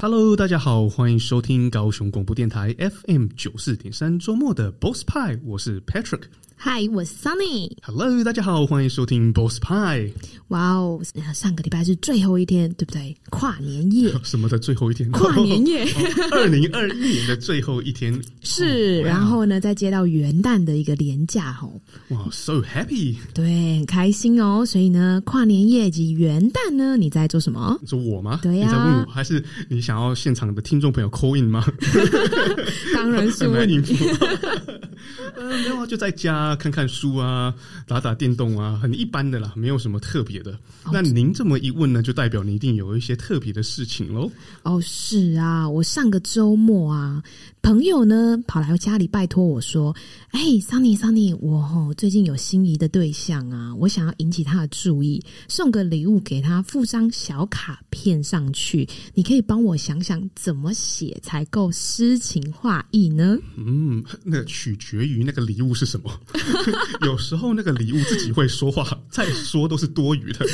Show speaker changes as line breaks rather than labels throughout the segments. Hello，大家好，欢迎收听高雄广播电台 FM 九四点三周末的 Boss Pie，我是 Patrick。
嗨，我是 Sunny。
Hello，大家好，欢迎收听 Boss Pie。
哇哦，上个礼拜是最后一天，对不对？跨 年夜，
什么的最后一天？
跨年夜
二零二一年的最后一天，
是。然后呢，再接到元旦的一个连假哦，
哇，so happy！
对，很开心哦。所以呢，跨年夜及元旦呢，你在做什么？
你说我吗？
对呀
你在问我，还是你想要现场的听众朋友 call in 吗？
当然是
很难
问
应付。 呃，没有啊，就在家看看书啊，打打电动啊，很一般的啦，没有什么特别的。那您这么一问呢，就代表你一定有一些特别的事情喽。
哦，是啊，我上个周末啊，朋友呢跑来家里拜托我说：“哎、s u n n y Sunny，我吼最近有心仪的对象啊，我想要引起他的注意，送个礼物给他，附张小卡片上去，你可以帮我想想怎么写才够诗情画意呢？”
嗯，那取决于那个礼物是什么。 有时候那个礼物自己会说话，再说都是多余的。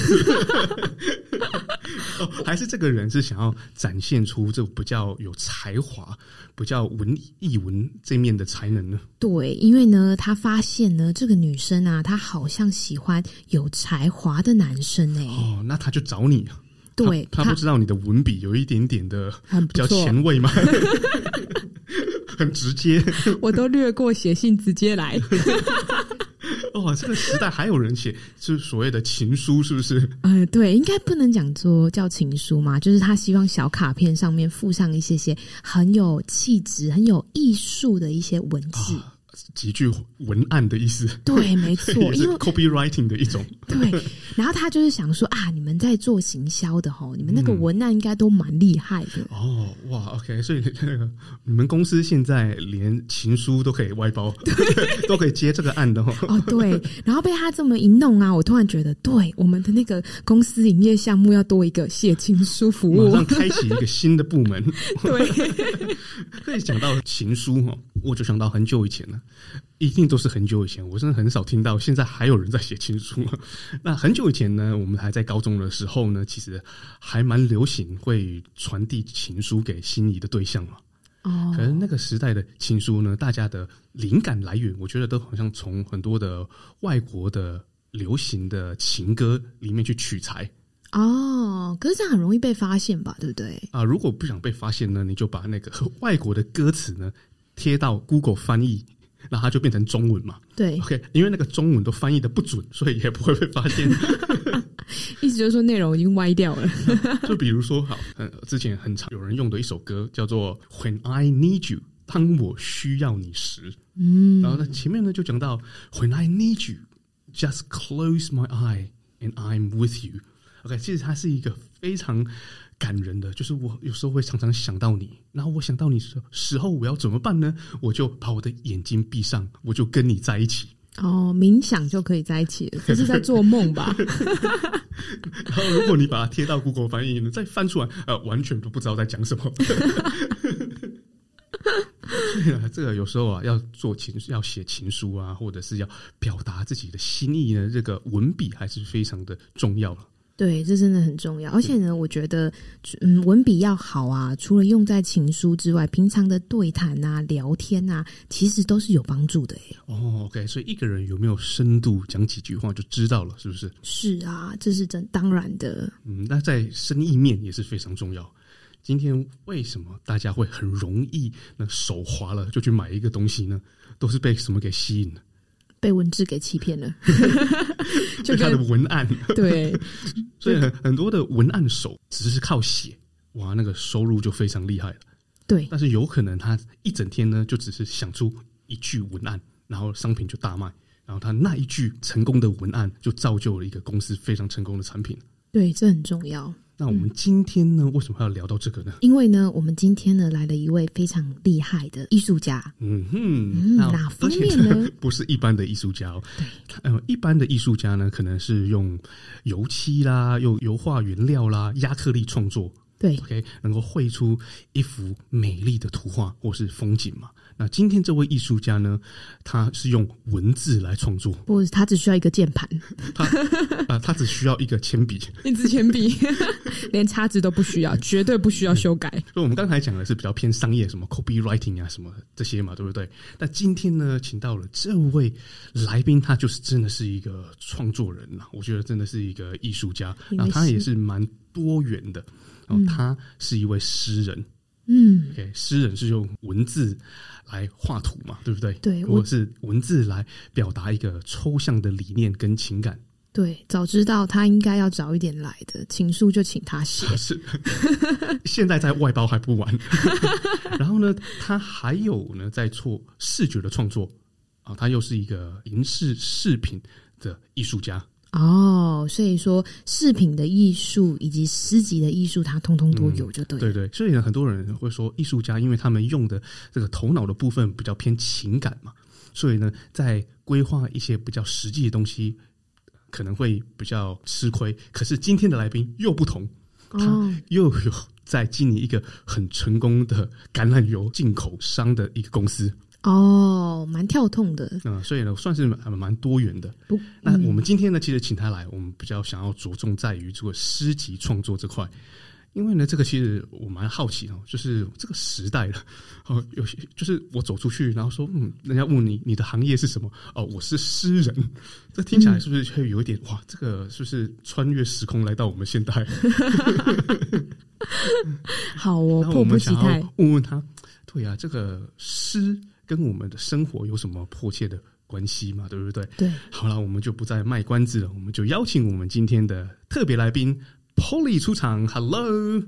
哦，还是这个人是想要展现出这比较有才华、比较文艺文这面的才能呢？
对，因为呢，他发现呢，这个女生啊，她好像喜欢有才华的男生哎、
哦，那他就找你啊。
对
他，他不知道你的文笔有一点点的
很
比
不
较
错，
前卫吗？ 很直接
我都略过写信，直接来。
哦，这个时代还有人写，就是所谓的情书，是不是？
呃，对，应该不能讲说叫情书嘛，就是他希望小卡片上面附上一些些很有气质、很有艺术的一些文字。
啊，几句文案的意思，
对，没 错，
也是
因为
copywriting 的一种。
对，然后他就是想说啊，你们在做行销的吼，你们那个文案应该都蛮厉害的。
哦，哇，OK，所以那个你们公司现在连情书都可以外包， 都可以接这个案的哦。
哦，对，然后被他这么一弄啊，我突然觉得，对我们的那个公司营业项目要多一个写情书服
马
务
上。开启一个新的部门。
对，
可以讲到情书哦，我就想到很久以前了，一定都是很久以前，我真的很少听到现在还有人在写情书。那很久以前呢，我们还在高中的时候呢，其实还蛮流行会传递情书给心仪的对象嘛。
哦
可，能那个时代的情书呢，大家的灵感来源，我觉得都好像从很多的外国的流行的情歌里面去取材。
哦，可是这样很容易被发现吧，对不对？
啊，如果不想被发现呢，你就把那个外国的歌词呢贴到 Google 翻译，那它就变成中文嘛。
对，
OK，因为那个中文都翻译的不准，所以也不会被发现。
意思就是说内容已经歪掉了。
就比如说，好，呃，之前很常有人用的一首歌叫做《When I Need You》，当我需要你时，嗯，然后呢，前面呢就讲到 When I Need You。Just close my eye and I'm with you。OK，其实它是一个非常感人的，就是我有时候会常常想到你，然后我想到你时时候，我要怎么办呢？我就把我的眼睛闭上，我就跟你在一起。
哦，冥想就可以在一起了，这是在做 梦吧？
然后如果你把它贴到 Google 翻译呢，再翻出来，呃，完全都不知道在讲什么。 对啊，这个有时候啊，要做情要写情书啊，或者是要表达自己的心意呢，这个文笔还是非常的重要了。
对，这真的很重要。而且呢，我觉得，嗯，文笔要好啊，除了用在情书之外，平常的对谈啊、聊天啊，其实都是有帮助的。欸诶。
哦，OK，所以一个人有没有深度讲几句话就知道了，是不是？
是啊，这是真当然的。
嗯，那在生意面也是非常重要。今天为什么大家会很容易那手滑了就去买一个东西呢？都是被什么给吸引了？
被文字给 欺骗了，就
被他的
跟
文案。
对
所以很很多的文案手只是靠写，哇，那个收入就非常厉害了。
对
但是有可能他一整天呢，就只是想出一句文案，然后商品就大卖，然后他那一句成功的文案就造就了一个公司非常成功的产品。
对，这很重要。
那我们今天
嗯
呢，为什么要聊到这个呢？
因为呢，我们今天呢来了一位非常厉害的艺术家，
嗯
嗯
哼，
哪方面呢？
不是一般的艺术家哦，呃，一般的艺术家呢，可能是用油漆啦，用油画原料啦、亚克力创作，
对，
OK，能够绘出一幅美丽的图画或是风景嘛。那今天这位艺术家呢，他是用文字来创作，
不，他只需要一个键盘，
他啊、他只需要一个铅笔。所
一支铅 笔，连叉子都不需要，绝对不需要修改。
以我们刚才讲的是比较偏商业，什么 copywriting 啊，什么这些嘛，对不对？那今天呢，请到了这位来宾，他就是真的是一个创作人呐、我觉得真的是一个艺术家，
也
然后他也
是
是蛮多元的。然后他是一位诗人，
嗯，
OK，诗人是用文字来画图嘛，对不对？
对
或
我
者是文字来表达一个抽象的理念跟情感，
对，早知道他应该要早一点来的，情书就请他写，
是 现在在外包还不 完。然后呢，他还有呢在做视觉的创作啊，他又是一个银饰饰品的艺术家，
哦，所以说饰品的艺术以及诗集的艺术，它通通都有，就对了。
嗯对对。所以呢，很多人会说艺术家，因为他们用的这个头脑的部分比较偏情感嘛，所以呢，在规划一些比较实际的东西，可能会比较吃亏。可是今天的来宾又不同，
哦，
又有在经营一个很成功的橄榄油进口商的一个公司，
哦，蛮跳痛的，
嗯、所以呢，算是蛮蛮多元的。
不，嗯
那嗯我们今天呢，其实请他来，我们比较想要着重在于这个诗集创作这块，因为呢，这个其实我蛮好奇哦，就是这个时代了，哦，有些就是我走出去，然后说，嗯，人家问你你的行业是什么？哦，我是诗人，这听起来是不是会有一点、哇？这个是不是穿越时空来到我们现 代？
好哦，
那我
迫不
们
及
想
待
要。问问他，对啊，这个诗跟我们的生活有什么迫切的关系嘛？对不对？
对，
好了，我们就不再卖关子了，我们就邀请我们今天的特别来宾 Polly 出场。Hello，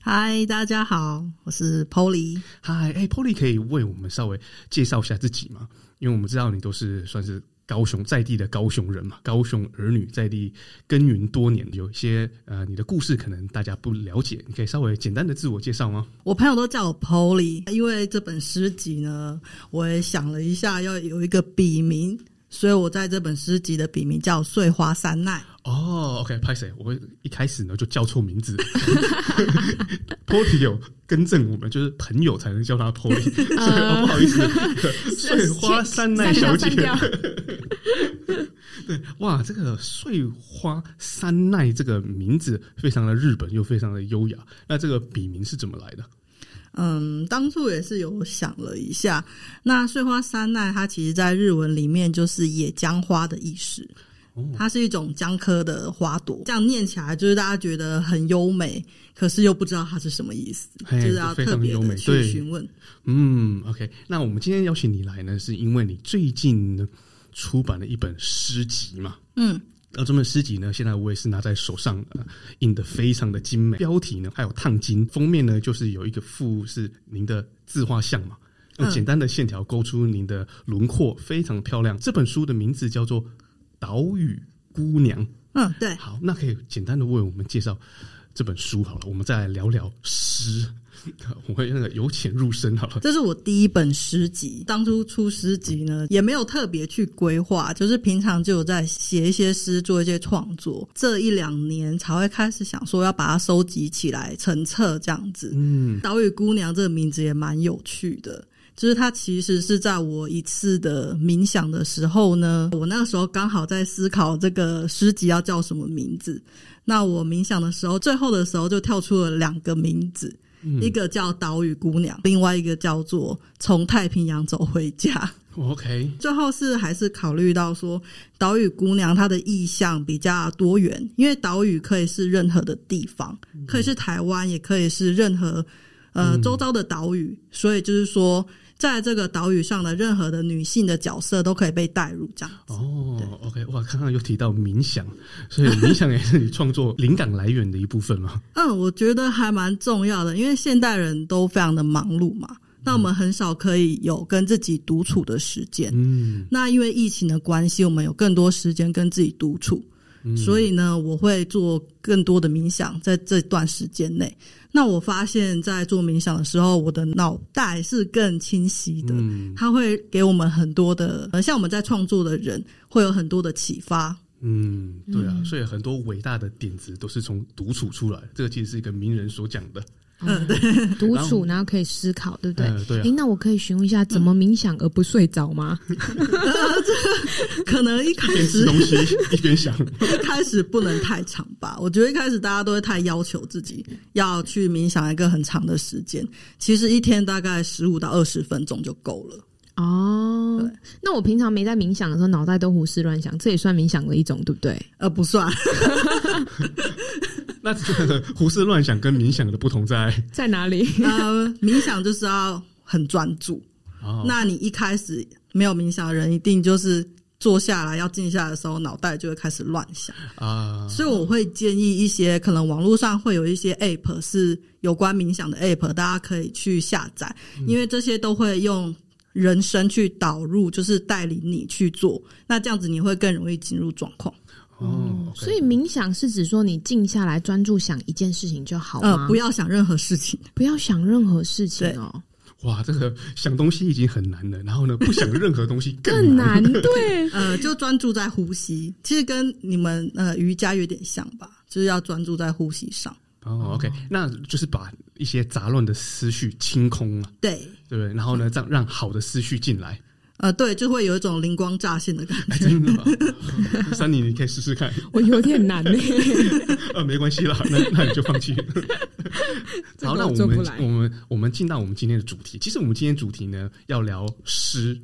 嗨，大家好，我是 Polly。
嗨，哎，Polly 可以为我们稍微介绍一下自己吗？因为我们知道你都是算是高雄在地的高雄人嘛，高雄儿女在地耕耘多年，有一些呃你的故事可能大家不了解，你可以稍微简单的自我介绍吗？
我朋友都叫我 Polly，因为这本诗集呢，我也想了一下，要有一个笔名，所以我在这本诗集的笔名叫碎花三奈。
哦、o k 拍谁？我一开始呢就叫错名 字，Polly 有更正我们，就是朋友才能叫她 Polly，所以、哦、
呃
不好意思， 碎花山奈小姐
删。掉 删
对，哇，这个碎花山奈这个名字非常的日本，又非常的优雅。那这个笔名是怎么来的？
嗯，当初也是有想了一下，那碎花三奈它其实在日文里面就是野姜花的意思。
哦
它是一种姜科的花朵，这样念起来就是大家觉得很优美，可是又不知道它是什么意思，
嘿
就是要
哎非常
特别
优美
的去
对
询问。
嗯，OK，那我们今天邀请你来呢，是因为你最近呢出版了一本诗集嘛？
嗯，
那这本诗集呢，现在我也是拿在手上，呃印的非常的精美，标题呢还有烫金，封面呢就是有一个副是您的自画像嘛，用
嗯
简单的线条勾出您的轮廓，非常漂亮。这本书的名字叫做《岛屿姑娘》。
嗯，对，
好，那可以简单的为我们介绍这本书好了，我们再来聊聊诗。 我会那个由浅入深 好了。
这是我第一本诗集。当初出诗集呢，也没有特别去规划，就是平常就有在写一些诗，做一些创作。这一两年才会开始想说要把它收集起来成册这样子。
嗯，
岛屿姑娘这个名字也蛮有趣的。就是它其实是在我一次的冥想的时候呢，我那个时候刚好在思考这个诗集要叫什么名字。那我冥想的时候，最后的时候就跳出了两个名字，一个叫《岛屿姑娘》，另外一个叫做《从太平洋走回家》。
OK，
最后是还是考虑到说，岛屿姑娘她的意象比较多元，因为岛屿可以是任何的地方，可以是台湾，也可以是任何呃周遭的岛屿，所以就是说，在这个岛屿上的任何的女性的角色都可以被带入这样。
哦，OK，哇，刚刚又提到冥想，所以冥想也是你创作灵感来源的一部分嘛？
嗯，我觉得还蛮重要的，因为现代人都非常的忙碌嘛，那我们很少可以有跟自己独处的时间。
嗯，
那因为疫情的关系，我们有更多时间跟自己独处，所以呢，我会做更多的冥想，在这段时间内。那我发现，在做冥想的时候，我的脑袋是更清晰的，
嗯
它会给我们很多的，呃，像我们在创作的人会有很多的启发。
嗯，对啊，所以很多伟大的点子都是从独处出来，这个其实是一个名人所讲的。
嗯，独处然后可以思考，对不对？
嗯对啊
诶那我可以询问一下，怎么冥想而不睡着吗？
可能一开
一边吃
始
东西一边想，
一开始不能太长吧，我觉得一开始大家都会太要求自己要去冥想一个很长的时间，其实一天大概十五到二十分钟就够了。
哦，那我平常没在冥想的时候，脑袋都胡思乱想，这也算冥想的一种，对不对？
呃，不算，
那这个胡思乱想跟冥想的不同 在
在哪里？
呃，冥想就是要很专注。
哦，
那你一开始没有冥想的人，一定就是坐下来要静下来的时候，脑袋就会开始乱想。
啊，
所以我会建议一些可能网络上会有一些 app 是有关冥想的 app，大家可以去下载，因为这些都会用人声去导入，就是带领你去做。那这样子你会更容易进入状况，
哦，OK，
嗯所以冥想是指说你静下来专注想一件事情就好吗？
呃，不要想任何事情。
不要想任何事情哦，
哇，这个想东西已经很难了，然后呢，不想任何东西
更
难。
难。对，
呃，就专注在呼吸，其实跟你们呃瑜伽有点像吧，就是要专注在呼吸上。
哦，OK，那就是把一些杂乱的思绪清空了，
对，
对不对？然后呢，让让好的思绪进来。
呃，对，就会有一种灵光乍现的感觉。
哎，真的吗？三妮，你可以试试看。
我有点难呢、
呃，没关系啦，那那你就放弃。
这
好，
个
那
我
我
做
们
不来
我们我们进到我们今天的主题。其实我们今天主题呢，要聊诗，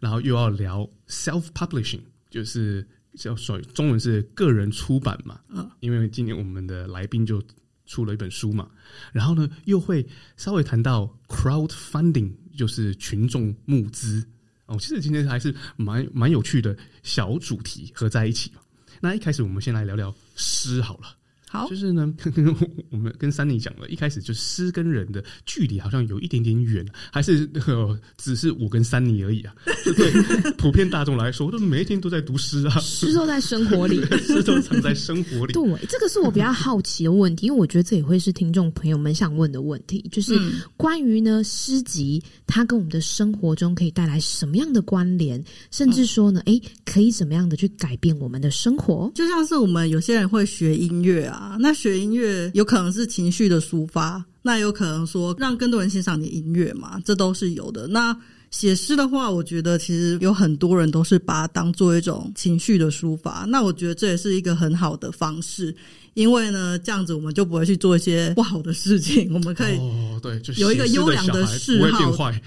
然后又要聊 self publishing，就是叫所中文是个人出版嘛。
嗯，
啊
因为今年我们的来宾就出了一本书嘛，然后呢又会稍微谈到 crowdfunding，就是群众募资。哦，其实今天还是蛮蛮有趣的小主题合在一起嘛。那一开始我们先来聊聊诗好了。
好
就，是呢， 跟我们跟三妮讲了，一开始就诗跟人的距离好像有一点点远，还是、 呃、只是我跟三妮而已 啊？就对普遍大众来说，都每一天都在读诗啊，
诗都在生活里。
诗都藏在生活 里。
对，这个是我比较好奇的问题，因为我觉得这也会是听众朋友们想问的问题，就是关于呢诗集它跟我们的生活中可以带来什么样的关联，甚至说呢，
嗯
诶，可以怎么样的去改变我们的生活？
就像是我们有些人会学音乐啊，那学音乐有可能是情绪的抒发，那有可能说让更多人欣赏你的音乐嘛，这都是有的。那写诗的话，我觉得其实有很多人都是把它当做一种情绪的抒发，那我觉得这也是一个很好的方式，因为呢，这样子我们就不会去做一些不好的事情，我们可以
哦，对，就是
有一个
写诗
优良
的
的
小孩
嗜
不会
好
变坏。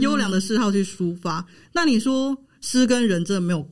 优良的嗜好去抒发。那你说诗跟人真的没有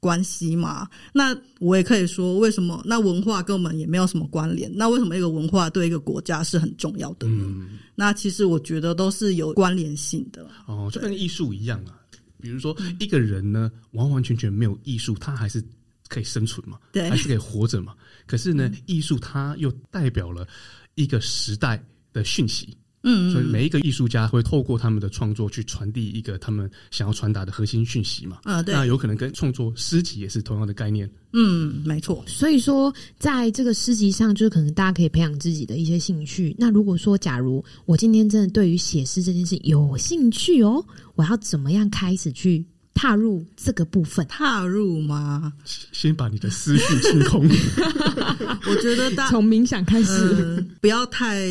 关系吗？那我也可以说，为什么？那文化跟我们也没有什么关联，那为什么一个文化对一个国家是很重要的呢？
嗯，
那其实我觉得都是有关联性的。
哦，就跟艺术一样啊。比如说，
嗯
一个人呢，完完全全没有艺术，他还是可以生存嘛，
对嗯
还是可以活着嘛。可是呢，艺术它又代表了一个时代的讯息。
嗯，
所以每一个艺术家会透过他们的创作去传递一个他们想要传达的核心讯息嘛。
啊、对，
那有可能跟创作诗集也是同样的概念。
嗯，没错。
所以说，在这个诗集上，就是可能大家可以培养自己的一些兴趣。那如果说，假如我今天真的对于写诗这件事有兴趣哦，我要怎么样开始去踏入这个部分？
踏入吗？
先把你的思绪清 空，
我觉得 大
从冥想开始，
嗯，不要太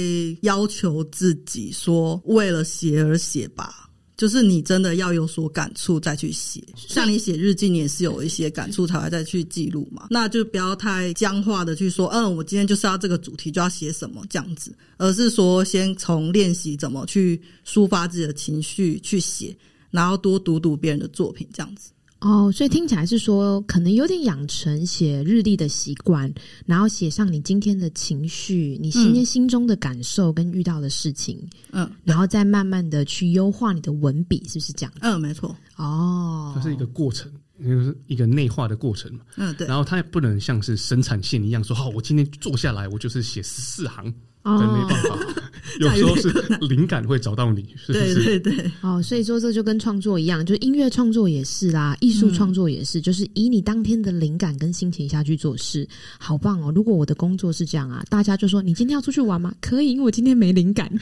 要求自己说为了写而写吧，就是你真的要有所感触再去写。像你写日记，你也是有一些感触才会再去记录嘛。那就不要太僵化的去说，嗯，我今天就是要这个主题就要写什么这样子，而是说先从练习怎么去抒发自己的情绪去写，然后多读读别人的作品这样子。
哦，所以听起来是说，可能有点养成写日历的习惯，然后写上你今天的情绪，你今天心中的感受跟遇到的事情，
嗯
然后再慢慢的去优化你的文笔，是不是这样？
嗯，没错。
哦，
它是一个过程，就是一个内化的过程嘛。
嗯，对。
然后它也不能像是生产线一样说，好，我今天坐下来，我就是写十四行，
哦
但没办法。 有时 候是灵感会找到你，是不
对
是？
对对，
哦，所以说这就跟创作一样，就是音乐创作也是啦，艺术创作也是，就是以你当天的灵感跟心情下去做事，好棒哦！如果我的工作是这样啊，大家就说你今天要出去玩吗？可以，因为我今天没灵感。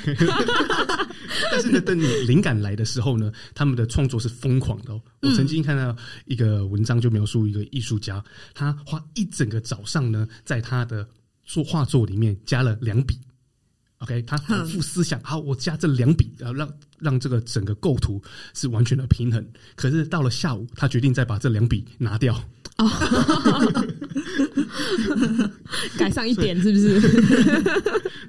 但是呢，等你灵感来的时候呢，他们的创作是疯狂的、哦。我曾经看到一个文章，就描述一个艺术家，他花一整个早上呢，在他的作画作里面加了两笔。OK，他反复思想，好，我加这两笔，然后让让这个整个构图是完全的平衡。可是到了下午，他决定再把这两笔拿掉。
改上一点是不是？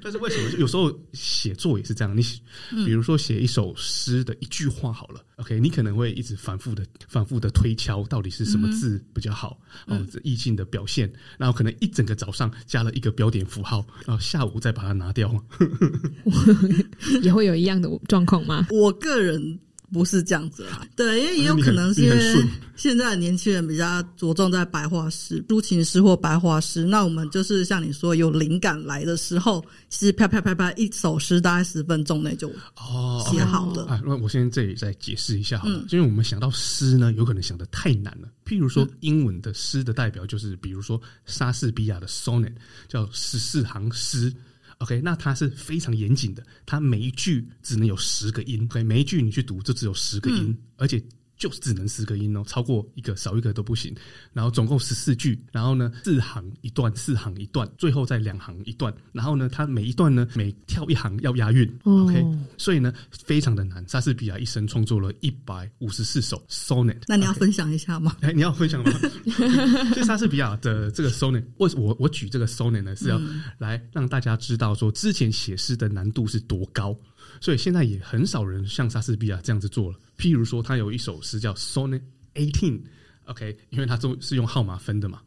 但是为什么？就有时候写作也是这样，你写
嗯
比如说写一首诗的一句话好了、o k 你可能会一直反复的、反复的推敲到底是什么字比较好，
嗯
哦，这意境的表现，然后可能一整个早上加了一个标点符号，然后下午再把它拿掉。
也会有一样的状况吗？
我个人不是这样子啦，对，因为也有可能是因
哦你很你很
为
顺
现在的年轻人比较着重在白话诗、抒情诗或白话诗。那我们就是像你说，有灵感来的时候，其实啪啪啪啪一首诗大概十分钟内就
哦
写好了。
啊，那我先这里再解释一下好了，因为我们想到诗呢，有可能想的太难了。譬如说，英文的诗的代表就是，比如说莎士比亚的 sonnet，叫十四行诗。OK，那它是非常严谨的，它每一句只能有十个音。OK，每一句你去读就只有十个音，而且。就只能十个音哦，超过一个少一个都不行。然后总共十四句，然后呢四行一段，四行一段，最后再两行一段。然后呢，它每一段呢每跳一行要押韵、
哦
o k 所以呢，非常的难。莎士比亚一生创作了一百五十四首 sonnet。
那你要
OK
分享一下吗？
哎，你要分享吗？就莎士比亚的这个 sonnet，为什我我举这个 sonnet 呢，是要来让大家知道说，之前写诗的难度是多高，所以现在也很少人像莎士比亚这样子做了。譬如说，他有一首诗叫 sonnet eighteen，OK，、因为它都是用号码分的嘛。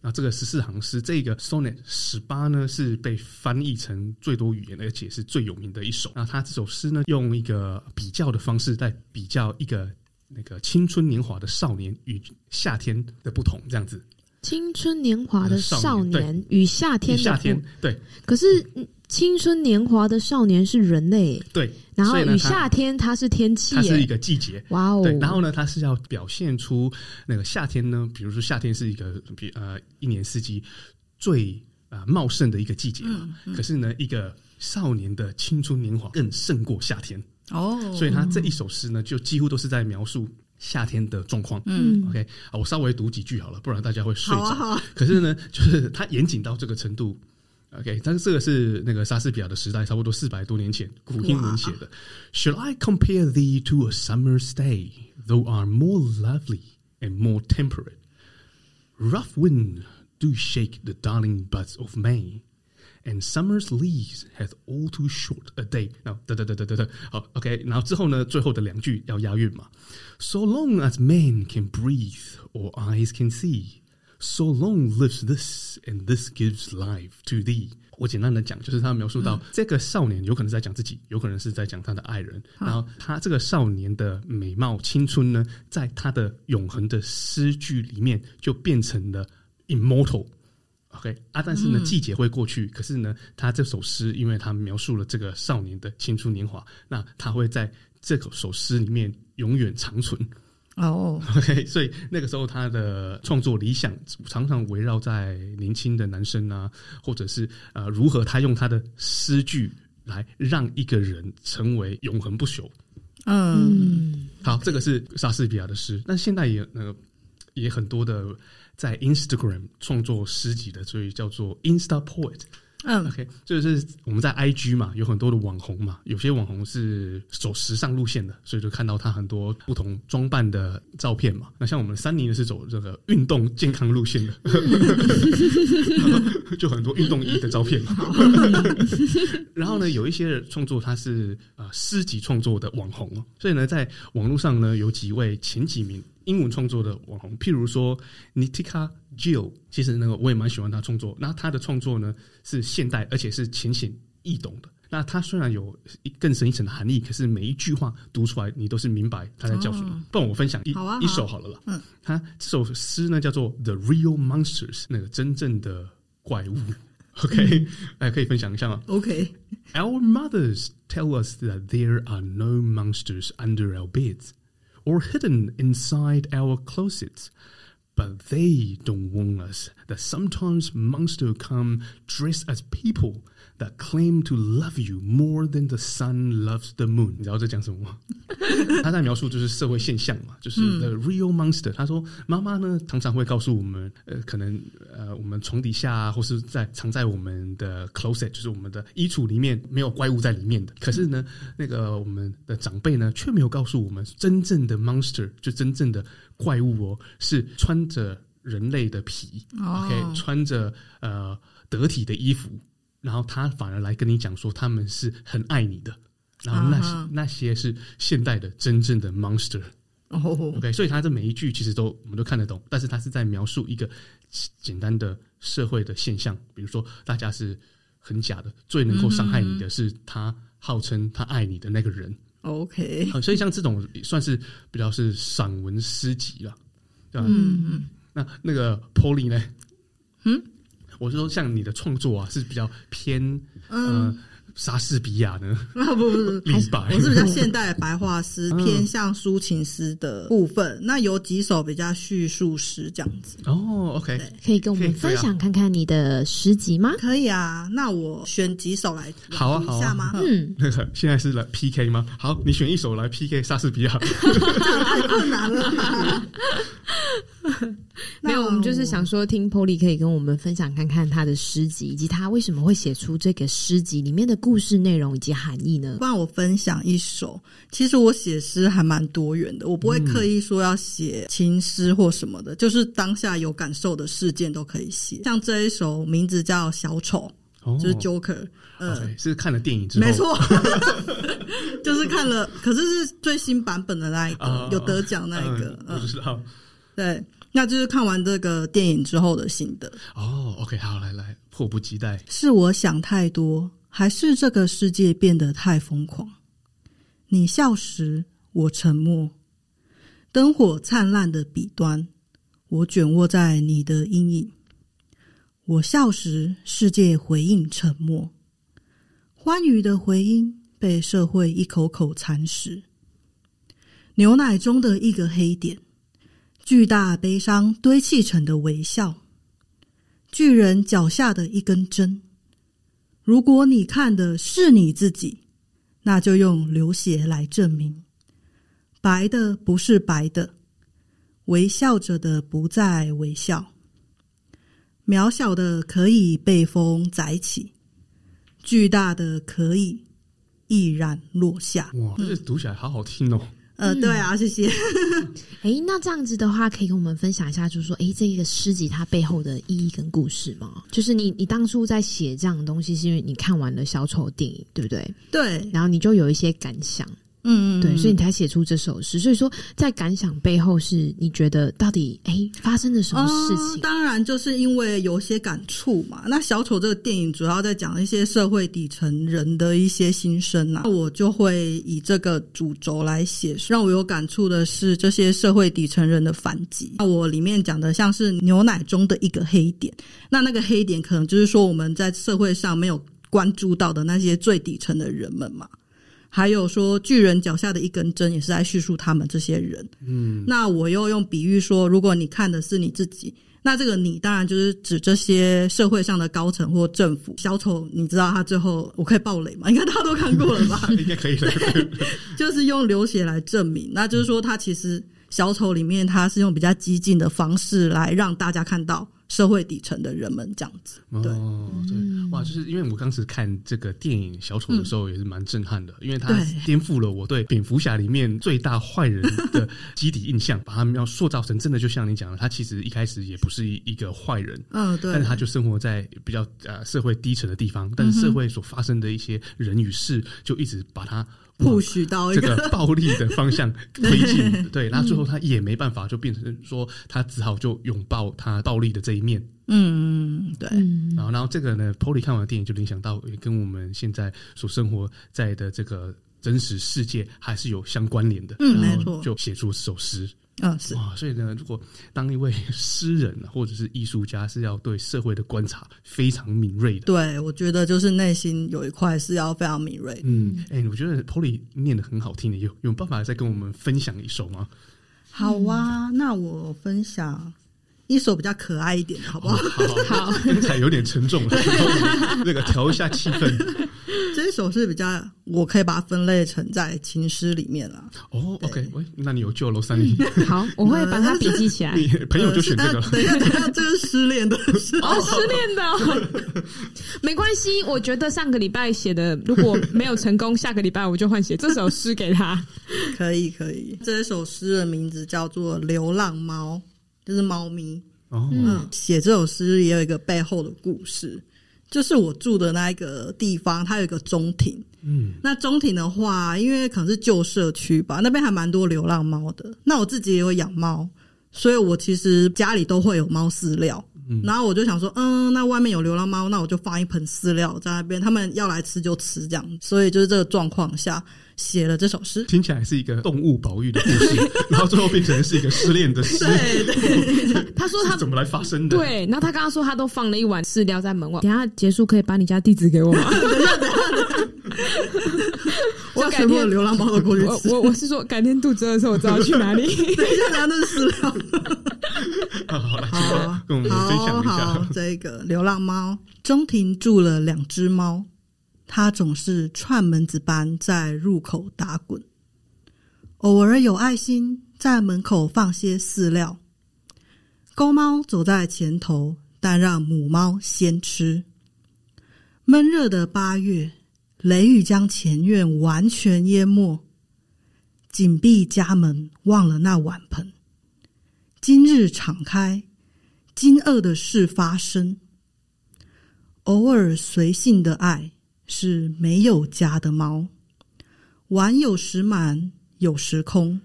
那这个十四行诗，这个 sonnet 十八呢，是被翻译成最多语言，而且是最有名的一首。那他这首诗呢，用一个比较的方式，在比较一个那个青春年华的少年与夏天的不同，这样子。
青春年华的少
少年
年与夏天
与
的
夏
不
天，对
可是嗯青春年华的少年是人类，
对，
然后
所以呢
与
它
夏天它是天气
它是一
耶，
个季节。
哇哦！
对，然后呢，它是要表现出那个夏天呢，比如说夏天是一个比呃一年四季最呃茂盛的一个季节嘛，
嗯
可是呢，一个少年的青春年华更胜过夏天，
哦，
所以他这一首诗呢，就几乎都是在描述夏天的状况。
嗯，
OK，啊，我稍微读几句好了，不然大家会睡
好
着。
啊好啊，
可是呢，就是它严谨到这个程度。OK，但是这个是那个莎士比亚的时代，差不多四百多年前古英文写的。Should I compare thee to a summer's day, though are more lovely and more temperate? Rough wind do shake the darling buds of May, and summer's leaves hath all too short a day. 然后哒哒哒哒哒哒，好，OK，然后之后呢，最后的两句要押韵嘛。So long as men can breathe or eyes can see, so long lives this and this gives life to thee. 我简单的讲，就是他描述到这个少年有可能在讲自己，有可能是在讲他的爱人。然后他这个少年的美貌、青春呢，在他的永恒的诗句里面就变成了 immortal。OK 啊，但是呢，季节会过去，可是呢，他这首诗，因为他描述了这个少年的青春年华，那他会在这首诗里面永远长存。
哦，
OK，所以那个时候他的创作理想常常围绕在年轻的男生啊，或者是呃，如何他用他的诗句来让一个人成为永恒不朽。
嗯，
好，这个是莎士比亚的诗。那现在也那个也很多的在 Instagram 创作诗集的，所以叫做 Insta Poet。
嗯
OK，就是我们在 IG 嘛，有很多的网红嘛，有些网红是走时尚路线的，所以就看到他很多不同装扮的照片嘛。那像我们三尼呢是走这个运动健康路线的， 就很多运动衣的照片嘛。 然后呢，有一些创作他是呃诗集创作的网红哦，所以呢，在网络上呢有几位前几名英文创作的网红，譬如说 Nitika Gill，其实那个我也蛮喜欢他创作。那他的创作呢是现代，而且是浅显易懂的。那他虽然有一更深一层的含义，可是每一句话读出来，你都是明白他在叫什么。不然我分享一、
哦好啊好啊
一首好了啦。
嗯，
他这首诗呢叫做《The Real Monsters》，那个真正的怪 物。OK，哎，
嗯
可以分享一下吗？
，OK，
Our mothers tell us that there are no monsters under our beds or hidden inside our closets, But they don't warn us that sometimes monsters come dressed as people that claim to love you more than the sun loves the moon。你知道这讲什么吗？ 他在描述就是社会现象嘛，就是 the real monster。他说，妈妈呢常常会告诉我们，呃，可能呃我们床底下、啊、或是在藏在我们的 closet，就是我们的衣橱里面没有怪物在里面的。可是呢，那个我们的长辈呢却没有告诉我们，真正的 monster 就真正的怪物哦，是穿着人类的皮、
哦
o k 穿着呃得体的衣服，然后他反而来跟你讲说他们是很爱你的。然后那些、
啊哈
那些是现代的真正的 monster，
哦，
OK，所以他这每一句其实都我们都看得懂，但是他是在描述一个简单的社会的现象，比如说大家是很假的，最能够伤害
嗯
你的是他号称他爱你的那个人。
OK，
好，所以像这种算是比较是散文诗集了，对吧？
嗯嗯，
那那个 Polly 呢？
嗯，
我是说像你的创作啊是比较偏
嗯
呃莎士比亚呢，
啊不不不，
李白
我是比较现代的白 话诗，
嗯
偏向抒情诗的部分。那有几首比较叙述诗这样子，
哦，OK，
对
可以跟我们
可以可以
分
啊
享看看你的诗集吗？
可以啊。那我选几首来
好啊
读
好啊
一下吗？
嗯，
那个现在是来 PK 吗？好，你选一首来 PK 莎士比亚。
太困难了吧。
没有，
那
我们就是想说，听 Polly
可以跟我们分享看看他的诗集，以及他为什么会写出这个诗集里面的故事内容以及含义呢？
不然我分享一首，其实我写诗还蛮多元的，我不会
嗯
刻意说要写情诗或什么的，就是当下有感受的事件都可以写。像这一首名字叫《小丑》，
哦
就是 Joker，、呃
OK，是看了电影之后，
没，错， 就是看了，可是是最新版本的那一个，
啊
有得奖那一个，
嗯我
嗯，
知道。
对，那就是看完这个电影之后的心得，
哦，OK，好，来来，迫不及待。
是我想太多，还是这个世界变得太疯狂？你笑时，我沉默，灯火灿烂的彼端，我卷握在你的阴影。我笑时，世界回应沉默，欢愉的回音被社会一口口蚕食。牛奶中的一个黑点，巨大悲伤堆砌成的微笑。巨人脚下的一根针。如果你看的是你自己，那就用流血来证明。白的不是白的，微笑着的不再微笑。渺小的可以被风载起，巨大的可以毅然落下。
哇，这读起来好好听 哦。
呃，对啊，谢谢。
诶，那这样子的话，可以跟我们分享一下，就是说，诶，这个诗集它背后的意义跟故事吗？就是你，你当初在写这样的东西，是因为你看完了小丑电影，对不对？
对，
然后你就有一些感想，
嗯，嗯
对，
嗯
所以你才写出这首诗。所以说，在感想背后，是你觉得到底诶发生了什么事
嗯
情？
当然，就是因为有些感触嘛。那《小丑》这个电影主要在讲一些社会底层人的一些心声啊，那我就会以这个主轴来写。让我有感触的是这些社会底层人的反击。那我里面讲的像是牛奶中的一个黑点，那那个黑点可能就是说我们在社会上没有关注到的那些最底层的人们嘛。还有说，巨人脚下的一根针也是在叙述他们这些人。
嗯，？
那我又用比喻说，如果你看的是你自己，那这个你当然就是指这些社会上的高层或政府。小丑，你知道他最后我可以爆雷吗？应该大家都看过了吧
应该可以了。
就是用流血来证明，那就是说他其实小丑里面他是用比较激进的方式来让大家看到社会底层的人们这样子。对
哦，
嗯
对，哇，就是因为我当时看这个电影《小丑》的时候，也是蛮震撼的，因为它
对
颠覆了我对蝙蝠侠里面最大坏人的基底印象，把他们要塑造成真的，就像你讲的，他其实一开始也不是一一个坏人，
嗯，对
但是他就生活在比较呃社会低层的地方，但
嗯
是社会所发生的一些人与事，就一直把他往
，push 到哦一
这
个嗯
个暴力的方向 推 进。对，那最后他也没办法，就变成说他只好就拥抱他暴力的这一面。
嗯，嗯对，
嗯，
然后，然后这个呢，Polly 看完电影就联想到，也跟我们现在所生活在的这个。真实世界还是有相关联的，
嗯
然后
没错
就写出这首诗，
嗯是。
哇，所以呢，如果当一位诗人或者是艺术家，是要对社会的观察非常敏锐的。
对，我觉得就是内心有一块是要非常敏锐的
嗯，哎、我觉得 Polly 念的很好听的，有有办法再跟我们分享一首吗？
好啊，那我分享一首比较可爱一点，好不
哦
好？
好，刚才有点沉重了， 那个调一下气氛。嗯
这一首是比较，我可以把它分类成在情诗里面啦。
哦
对
，OK，喂，那你有救了三零，
好，我会把它笔记起来。
你朋友就选这
呃
个
是
了。
等一下，等一下，这个是 失恋的，是
哦，失恋的哦， 没关系。我觉得上个礼拜写的如果没有成功，下个礼拜我就换写这首诗给他。
可以可以。这一首诗的名字叫做《流浪猫》，就是猫咪。
哦，
嗯，写这首诗也有一个背后的故事，就是我住的那一个地方，它有一个中庭。
嗯，
那中庭的话，因为可能是旧社区吧，那边还蛮多流浪猫的。那我自己也有养猫，所以我其实家里都会有猫饲料。
嗯
然后我就想说，嗯，那外面有流浪猫，那我就放一盆饲料在那边，他们要来吃就吃这样。所以就是这个状况下写了这首诗。
听起来是一个动物保育的故事，然后最后变成是一个失恋的失，
对对，
他说他
是怎么来发生的？
对，然后他刚刚说他都放了一碗饲料在门外。等一下结束可以把你家地址给我吗？
我
就改
全部的
天
流浪猫都过去
我
吃，
我我是说改天肚子饿的时候我知道去哪里。
等一下，拿那是饲料。
啊，好了，请
好
跟我们分享一
好
下
好。这个流浪猫中庭住了两只猫，它总是串门子般在入口打滚，偶尔有爱心在门口放些饲料。公猫走在前头，但让母猫先吃。闷热的八月，雷雨将前院完全淹没。紧闭家门，忘了那碗盆。今日敞开，惊愕的事发生。偶尔随性的爱是没有家的猫，碗有时满，有时空，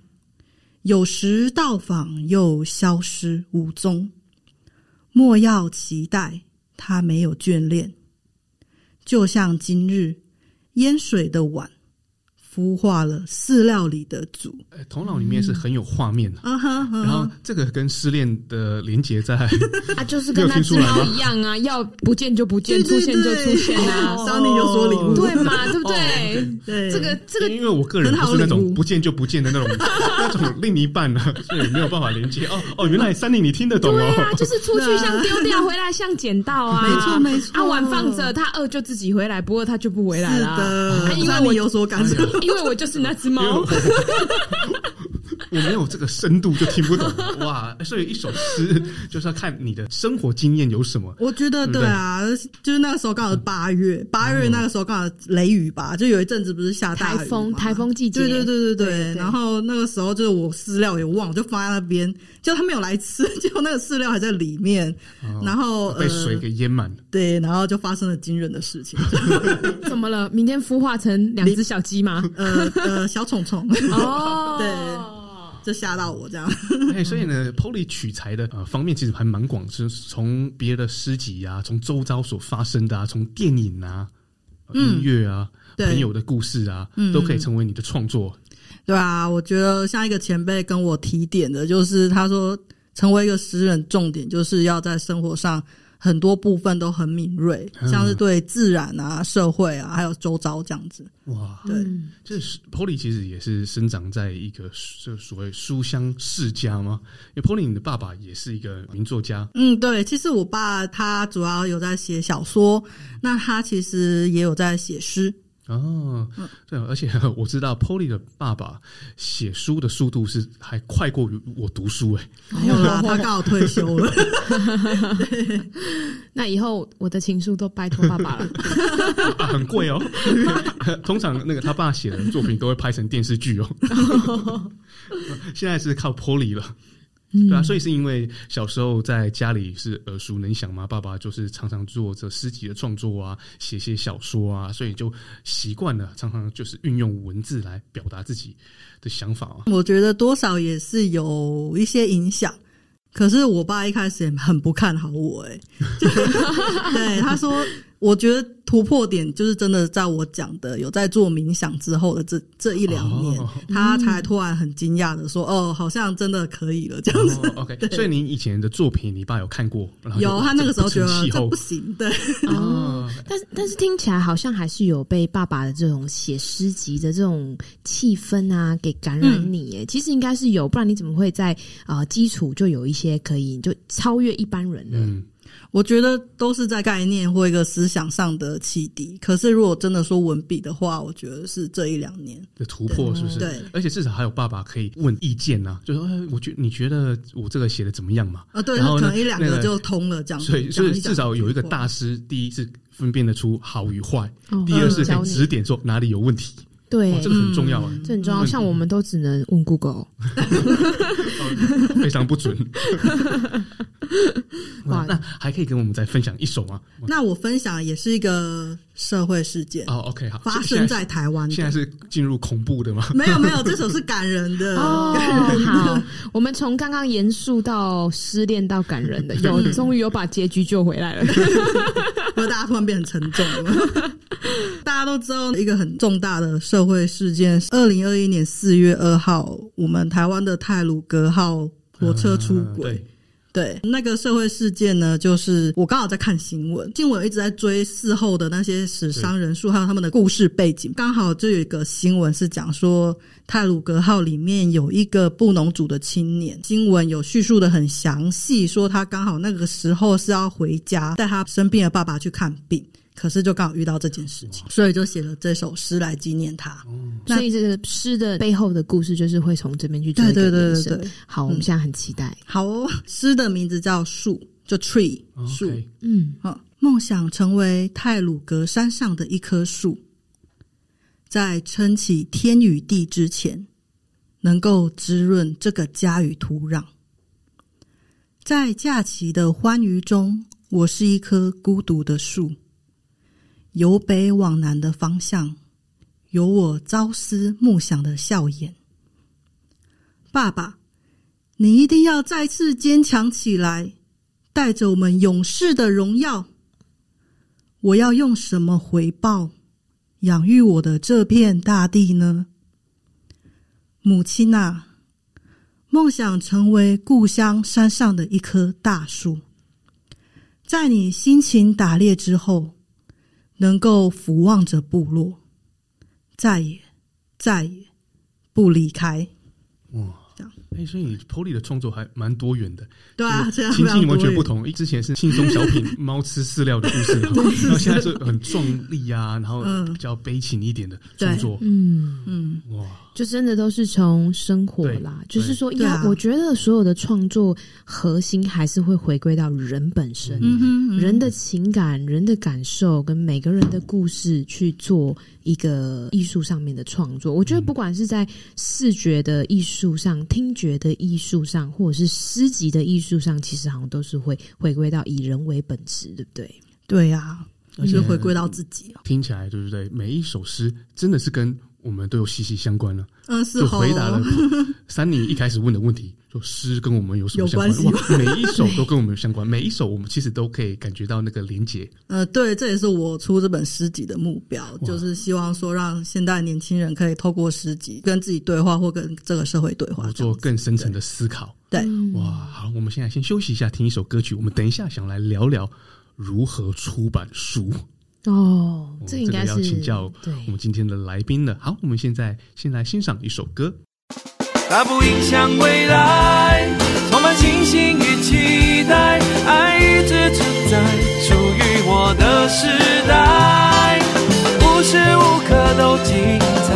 有时到访又消失无踪。莫要期待它没有眷恋，就像今日淹水的碗，孵化了饲料里的主。
呃头脑里面是很有画面的，
啊哈哈
然后这个跟失恋的连接在
啊，就是跟
跟那
那
只
只
猫
猫
一
一样啊，要不见就不 见，出现就出现 啊，
桑尼有所领悟，
对嘛？对不对？
哦对
这个这个
因为我个人不是那种不见就不见的那种 那种另一半呢，所以没有办法连接。哦哦，原来三弟你听得懂
对啊，
哦。
就是出去像丢掉，回来像捡到啊，
没错没错
啊，碗放着，他饿就自己回来，不饿他就不回来
是
啦。
的，
啊因
让
为
你
我
有所感受。
嗯
因为我就是那只
因为我
猫，
我没有这个深度就听不懂 哇，所以一首诗就是要看你的生活经验有什么。
我觉得对啊，
嗯
就是那个时候刚好是八月，八月那个时候刚好雷雨吧，就有一阵子不是下大雨嘛
台风台风季节
对对对对
对
对。
对
然后那个时候就是我饲料也忘，了，就放在那边，结果他没有来吃， 结果那个饲料还在里面，
哦
然后
被水
呃
给淹满，
对，然后就发生了惊人的事情，
怎么了？明天孵化成两只小鸡 吗？
呃呃，小虫虫
哦，
对就吓到我这样，
哎，所以呢，Polly 取材的呃方面其实还蛮广，是从别的诗集啊，从周遭所发生的啊，从电影啊、音乐啊、
嗯对
朋友的故事啊，
嗯
都可以成为你的创作。
对啊，我觉得像一个前辈跟我提点的，就是他说，成为一个诗人，重点就是要在生活上很多部分都很敏锐，
嗯
像是对自然啊、社会啊，还有周遭这样子。
哇，
对，
嗯
这是 Polly 其实也是生长在一个这所谓书香世家吗？因为 Polly 你的爸爸也是一个名作家，
嗯，对，其实我爸他主要有在写小说，那他其实也有在写诗。
哦，对，而且 我知道 Polly 的爸爸写书的速度是还快过于我读书哎、
没有啦，他刚好退休了。
那以后我的情书都拜托爸 爸了。
啊很贵哦。 通常那个他爸写的作品都会拍成电视剧哦。 现在是靠 Polly 了。对
嗯
啊，所以是因为小时候在家里是耳熟能详嘛，爸爸就是常常做这诗集的创作啊，写写小说啊，所以就习惯了，常常就是运用文字来表达自己的想法啊。
我觉得多少也是有一些影响。 可是我爸一开始也很不看好我、欸，哎，对，他说我觉得突破点就是真的在我讲的有在做冥想之后的这这一两年，
哦
他才突然很惊讶的说：“哦，好像真的可以了。”这样子。
哦，OK，所以 你以前的作品，你爸有看过？然后就
有
哇
他那个时候觉
这不成
得
气
这
候
不行，对，
哦，
但是但是听起来好像还是有被爸爸的这种写诗集的这种气氛啊给感染
嗯
你耶、其实应该是有，不然你怎么会在呃基础就有一些可以就超越一般人了？
嗯，
我觉得都是在概念或一个思想上的启迪。可是如果真的说文笔的话，我觉得是这一两年，
的突破是不是？
对，
而且至少还有爸爸可以问意见呐、啊，就说，哎，我觉你觉得我这个写的怎么样嘛？
啊，对，
然
他
后
可
呢
能一两
那
个
个
就通了这样。
所以，所
讲
以
一讲
至少有一个
就通
大师，第一是分辨得出好与坏，
嗯
哦
第二是
教
可以
你
指点说哪里有问题，
对、
哇，这个很重 要啊，
这很重要。像我们都只能问 Google，
非常不 准。哇，
哇
那还可以跟我们再分享一首吗？
那我分享也是一个社会事件，
哦，OK，好，
发
现
生在台湾
现在现在
的。
是进入恐怖的吗？
没有没有，这首是感人的。
哦，好，我们从刚刚严肃到失恋到感人 的，有
有，终于有把结局救回来了。
不然大家突然变得沉重了。大家都知道一个很重大的社会事件，二零二一年四月二号，我们台湾的泰鲁格号火车出
嗯
轨。
对，
对，那个社会事件呢，就是我刚好在看新闻，新闻一直在追事后的那些死伤人数，还有他们的故事背景。刚好就有一个新闻是讲说，泰鲁格号里面有一个布农族的青年，新闻有叙述的很详细，说他刚好那个时候是要回家，带他生病的爸爸去看病。可是就刚好遇到这件事情，所以就写了这首诗来纪念他。
哦
那
所以这个诗的背后的故事就是会从这边去做
对
一个
对对
延
对
伸。
对，
好，我们现在很期待。
好哦，诗的名字叫树，就 tree 树。
哦 OK，
嗯，
啊，梦想成为泰鲁格山上的一棵树，在撑起天与地之前，能够滋润这个家与土壤。在假期的欢愉中，我是一棵孤独的树，由北往南的方向，有我朝思暮想的笑颜。爸爸，你一定要再次坚强起来。带着我们勇士的荣耀。我要用什么回报养育我的这片大地呢？母亲啊，梦想成为故乡山上的一棵大树，在你辛勤打猎之后，能够俯望着部落，再也再也不离开。
哇
这样。
哎、所以你 Polly 的创作还蛮多元的，
对啊，这样
情
非常
境完
多
全不
元
同。之前是轻松小品猫吃饲料的故事，然后现在是很壮丽啊，然后
嗯
比较悲情一点的创作，
嗯，
嗯，
哇，
就真的都是从生活啦，
对
就是说，
对
要
啊
我觉得所有的创作核心还是会回归到人本身，
嗯
哼
人的情感、人的感受跟每个人的故事去做一个艺术上面的创作。我觉得不管是在视觉的艺术上、听觉的艺术上，或者是诗集的艺术上，其实好像都是会回归到以人为本质，对不对？
对呀、啊，
而且
就回归到自己。
听起来对不对？每一首诗真的是跟我们都有息息相关了、
嗯，是
就
哦。
回答了三妮一开始问的问题，说诗跟我们有什么相
有关
哇，每一首都跟我们有相关，每一首我们其实都可以感觉到那个连结。
呃，对，这也是我出这本诗集的目标，就是希望说让现代年轻人可以透过诗集跟自己对话，或跟这个社会对话
我。
这样
哦做更深层的思考。
对，
哇，好，我们现在先休息一下，听一首歌曲。我们等一下想来聊聊如何出版书。
哦
哦，
这个应该
这个
是
要请教
对。
我们今天的来宾了。好，我们现在先来欣赏一首歌。
它不影响未来，充满信心与期待，爱一直存在，属于我的时代，无时无刻都精彩。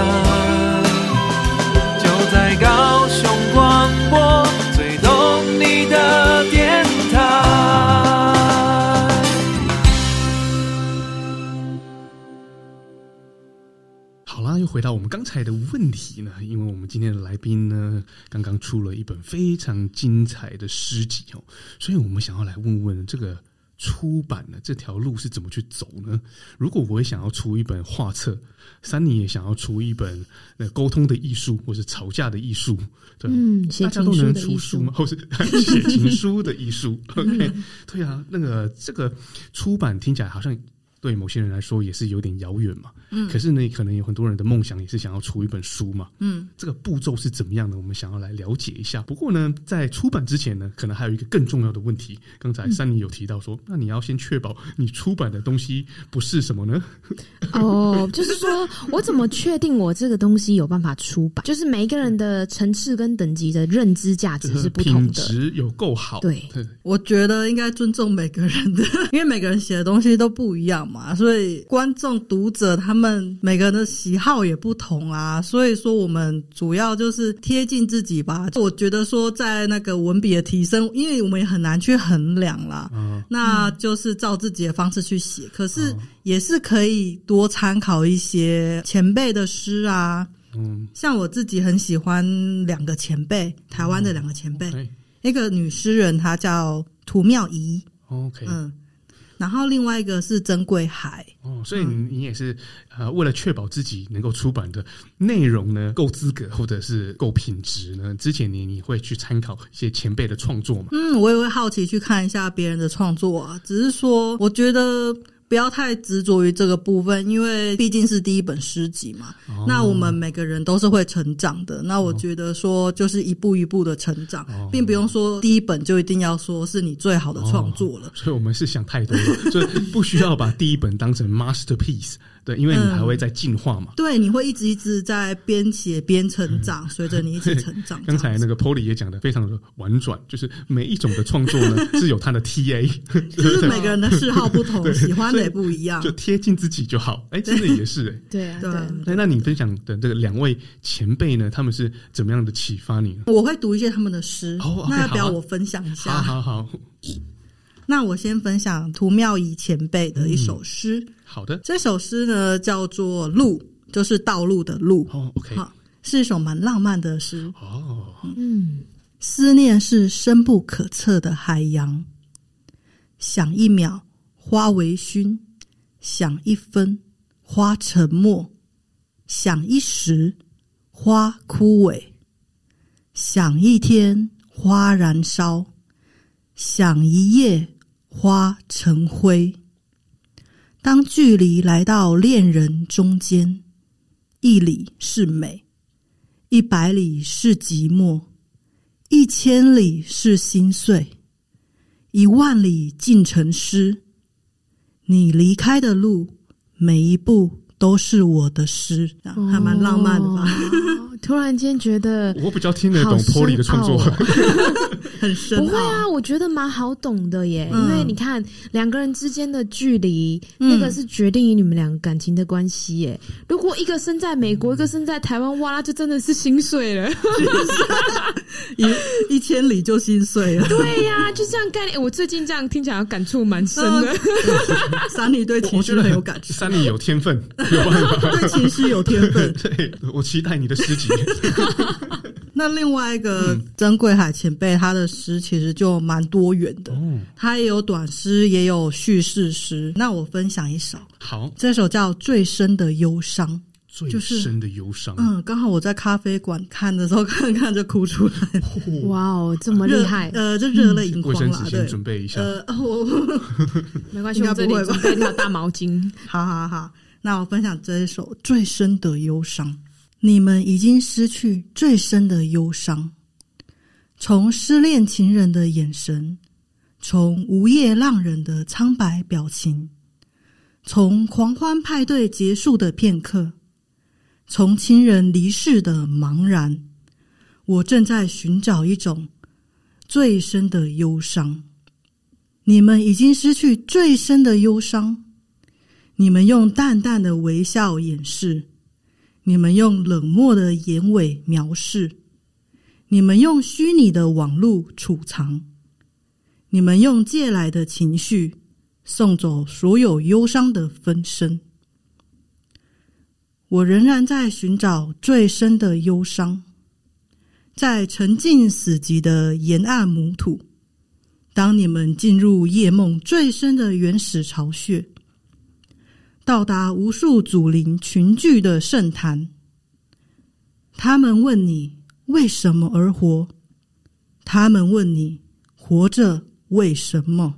就在高雄广播最懂你的电台。
好啦，又回到我们刚才的问题呢，因为我们今天的来宾呢，刚刚出了一本非常精彩的诗集哦，所以我们想要来问问这个出版的这条路是怎么去走呢？如果我也想要出一本画册，三妮也想要出一本呃沟通的艺术，或是吵架的艺术，对，
嗯，写
大家
情
都
书
能
的
出
艺
书
术
吗？ 或是写情书的艺术？OK，对啊，那个这个出版听起来好像对某些人来说也是有点遥远嘛。嗯，可是呢，可能有很多人的梦想也是想要出一本书嘛。嗯，这个步骤是怎么样的？我们想要来了解一下。不过呢，在出版之前呢，可能还有一个更重要的问题。刚
嗯
才珊妮有提到说，那你要先确保你出版的东西不是什么呢？
哦，就是说我怎么确定我这个东西有办法出版？就是每一个人的层次跟等级的认知价值是不同
品
的。
质有够好。
对
我觉得应该尊重每个人的， 因为每个人写的东西都不一样嘛，所以观众、读者他们每个人的喜好也不同啊，所以说我们主要就是贴近自己吧。我觉得说在那个文笔的提升，因为我们也很难去衡量啦，
啊，
那就是照自己的方式去写，可是
哦
也是可以多参考一些前辈的诗啊。
嗯，
像我自己很喜欢两个前辈，台湾的两个前辈，
对
一个女诗人，她叫涂妙仪，
，OK，
嗯，然后另外一个是珍贵海，
哦，所以
嗯
你也是呃，为了确保自己能够出版的内容呢够资格或者是够品质呢，之前你你会去参考一些前辈的创作嘛？
嗯，我也会好奇去看一下别人的创作啊。只是说，我觉得不要太执着于这个部分，因为毕竟是第一本诗集嘛。
哦
那我们每个人都是会成长的。那我觉得说，就是一步一步的成长，
哦
并不用说第一本就一定要说是你最好的创作了。
哦所以我们是想太多了， 所以不需要把第一本当成 masterpiece，对，因为
嗯
你还会在进化嘛。
对，你会一直一直在边写边成长，随着你一起成长。
嗯 刚才
这样子
那个 Polly 也讲的非常的婉转，就是每一种的创作呢是有它的 TA，
就是每个人的嗜好不 同，喜欢的也不一样
就。贴近自己就好。哎，真的也是 哎、
对啊，
对
对啊。
那那你分享的这个两位前辈呢，他们是怎么样的启发你呢？
我会读一些他们的诗，
哦，OK，
那要不要
好啊
我分享一下？
好啊好好，
那我先分享涂妙仪前辈的一
嗯
首诗，
好的，
这首诗呢叫做《路》，就是道路的路，
哦，OK，
好是一首蛮浪漫的诗。
哦，
嗯，
思念是深不可测的海洋，想一秒花微醺，想一分花沉默，想一时花枯萎，想一天花燃烧，想一夜花成灰。当距离来到恋人中间，一里是美，一百里是寂寞。一千里是心碎，一万里尽成诗。你离开的路，每一步都是我的诗，这样还蛮浪漫的吧？
哦突然间觉得
我比较听得懂
好深
Polly 的创作，
奥哦
很深
不
奥。
会啊，我觉得蛮好懂的耶，
嗯
因为你看两个人之间的距离，
嗯
那个是决定于你们两个感情的关系耶。如果一个身在美
嗯
国，一个身在台湾，哇，那就真的是心碎 了。
一一千里就心碎了。
对呀、就这样概念。我最近这样听起来感触蛮深的。
三里
我
对
觉
情绪
得
很有感触，
三里有天分，有办法。
对情绪有天分。
对，我期待你的诗 集。
那另外一个曾贵海前辈，他的诗其实就蛮多元的，
哦，
他也有短诗，也有叙事诗。那我分享一首，
好，
这首叫《最深的忧伤》。
最
就是
深的忧伤。
嗯，刚好我在咖啡馆看的时候，看看就哭出来，
哇哦，这么厉害，
呃，就嗯热泪盈
卫
眶
生
啦
纸，先
对。
准备一下。
呃，我我
没关系，
应
我们
该不
这里
会吧
准备一条大毛 巾。
好好好，那我分享这一首《最深的忧伤》。你们已经失去最深的忧伤，从失恋情人的眼神，从无业浪人的苍白表情，从狂欢派对结束的片刻，从亲人离世的茫然，我正在寻找一种最深的忧伤。你们已经失去最深的忧伤。你们用淡淡的微笑掩饰，你们用冷漠的眼尾描视，你们用虚拟的网络储藏，你们用借来的情绪送走所有忧伤的分身。我仍然在寻找最深的忧伤，在沉浸死寂的沿岸母土。当你们进入夜梦最深的原始巢穴，到达无数祖灵群聚的圣坛。他们问你为什么而活？他们问你活着为什么？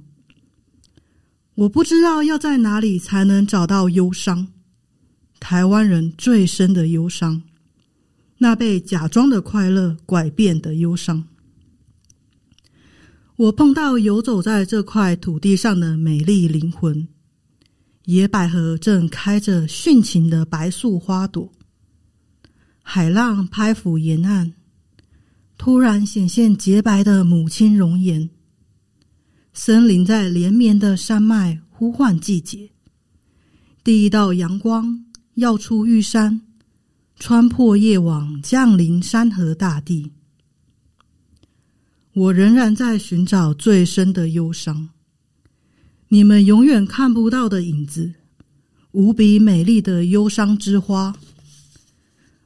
我不知道要在哪里才能找到忧伤，台湾人最深的忧伤，那被假装的快乐拐变的忧伤。我碰到游走在这块土地上的美丽灵魂，野百合正开着殉情的白素花朵，海浪拍抚沿岸，突然显现洁白的母亲容颜。森林在连绵的山脉呼唤季节，第一道阳光耀出玉山，穿破夜网，降临山河大地。我仍然在寻找最深的忧伤，你们永远看不到的影子，无比美丽的忧伤之花。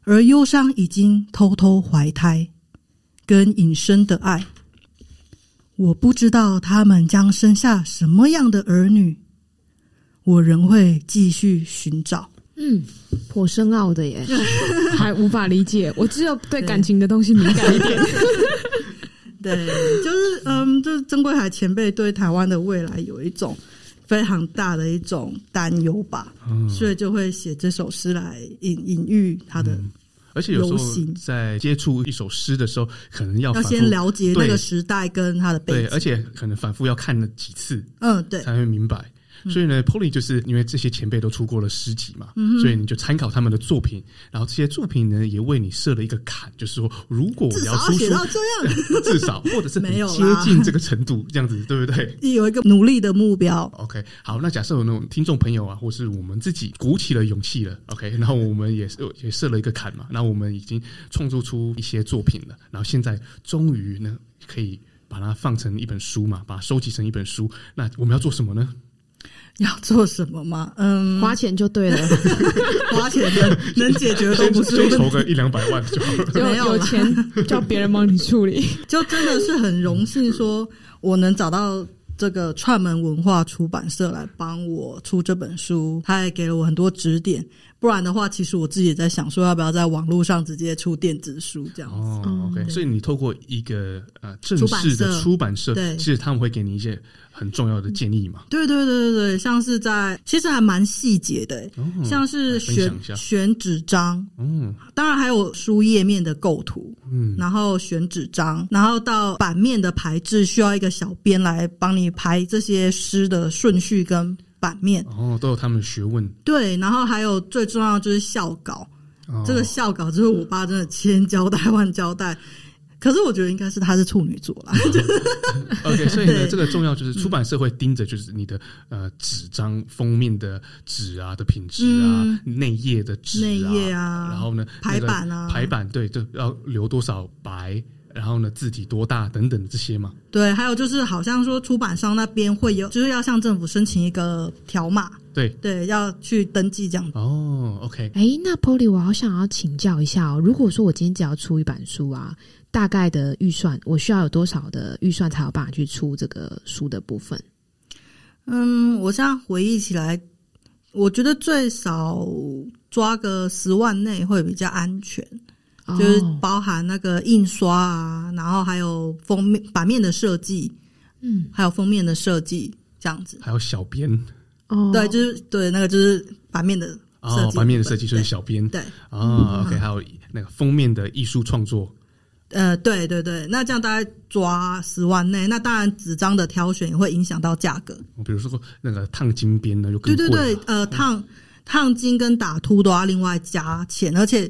而忧伤已经偷偷怀胎，跟隐身的爱。我不知道他们将生下什么样的儿女，我仍会继续寻找。
嗯，颇深奥的 耶。
还无法理解。我只有对感情的东西敏感一点。
对， 就是嗯，就是曾贵海前辈对台湾的未来有一种非常大的一种担忧吧，
嗯
所以就会写这首诗来隐隐喻他的，
而且有时
流
候
行
在接触一首诗的时候，可能要
要
反复
先了解那
对
个时代跟他的背
对，而
景。
且可能反复要看了几次
嗯，对，嗯
才会明白。所以呢，Polly 就是因为这些前辈都出过了诗集嘛，
嗯
所以你就参考他们的作品，然后这些作品呢也为你设了一个坎，就是说，如果我
至少
要
要
出
写
书，
到这样，
至少或者是很
没有
接
啦
近这个程度，这样子对不对？
有一个努力的目标。
OK，好，那假设有那种听众朋友啊，或是我们自己鼓起了勇气了，OK，然后我们也是也设了一个坎嘛，那我们已经创作出一些作品了，然后现在终于呢可以把它放成一本书嘛，把它收集成一本书，那我们要做什么呢？
要做什么吗？ 嗯，
花钱就 对了，
花钱的能解决都
先
不是
先
问
筹
题。
个一两百万就好 了。
就
没有啦
有钱 叫别人帮你处 理。
就真的是很荣幸，说我能找到这个串门文化出版社来帮我出这本书，他也给了我很多指点。不然的话，其实我自己也在想说，要不要在网络上直接出电子书这样。
哦，OK，所以你透过一个呃正
嗯出版
式的
社
出版社，
对
其实他们会给你一些很重要的建议嘛。
对对对对对，像是在其实还蛮细节的、欸
哦
像是
来分享
选
一下
选纸张，
嗯
当然还有书页面的构图，
嗯，
然后选纸张，然后到版面的排置，需要一个小编来帮你排这些诗的顺序跟版面。
哦，都有他们的学问。
对，然后还有最重要的就是校稿，
哦
这个校稿就是我爸真的千交代万交代。可是我觉得应该是他是处女座啦，
OK，所以呢，
对
这个重要就是出版社会盯着，就是你的呃纸张封面的纸啊的品质啊，内页的纸
嗯内
啊，
页啊
然后呢
排
那个
版啊
排版对，就要留多少白，然后呢字体多大等等这些嘛。
对，还有就是好像说出版商那边会有，就是要向政府申请一个条码，
对，
对，要去登记这样。
哦，OK，
哎，那 Polly，我好想要请教一下哦，如果说我今天只要出一本书啊，大概的预算，我需要有多少的预算才有办法去出这个书的部分？
嗯，我现在回忆起来，我觉得最少抓个十万内会比较安全，就是
哦
包含那个印刷啊，然后还有封面版面的设计，
嗯，
还有封面的设计这样子。
还有小编
哦，
对，就是对那个就是版面的设
哦，
计，
版面的设计就是小编
对，
啊，OK，还有那个封面的艺术创作，
呃，对对对，那这样大概抓十万内，那当然纸张的挑选也会影响到价格。
比如说那个烫金边呢就
对
更贵啊
对
了，
对，呃，烫烫金跟打凸都要另外加钱，而且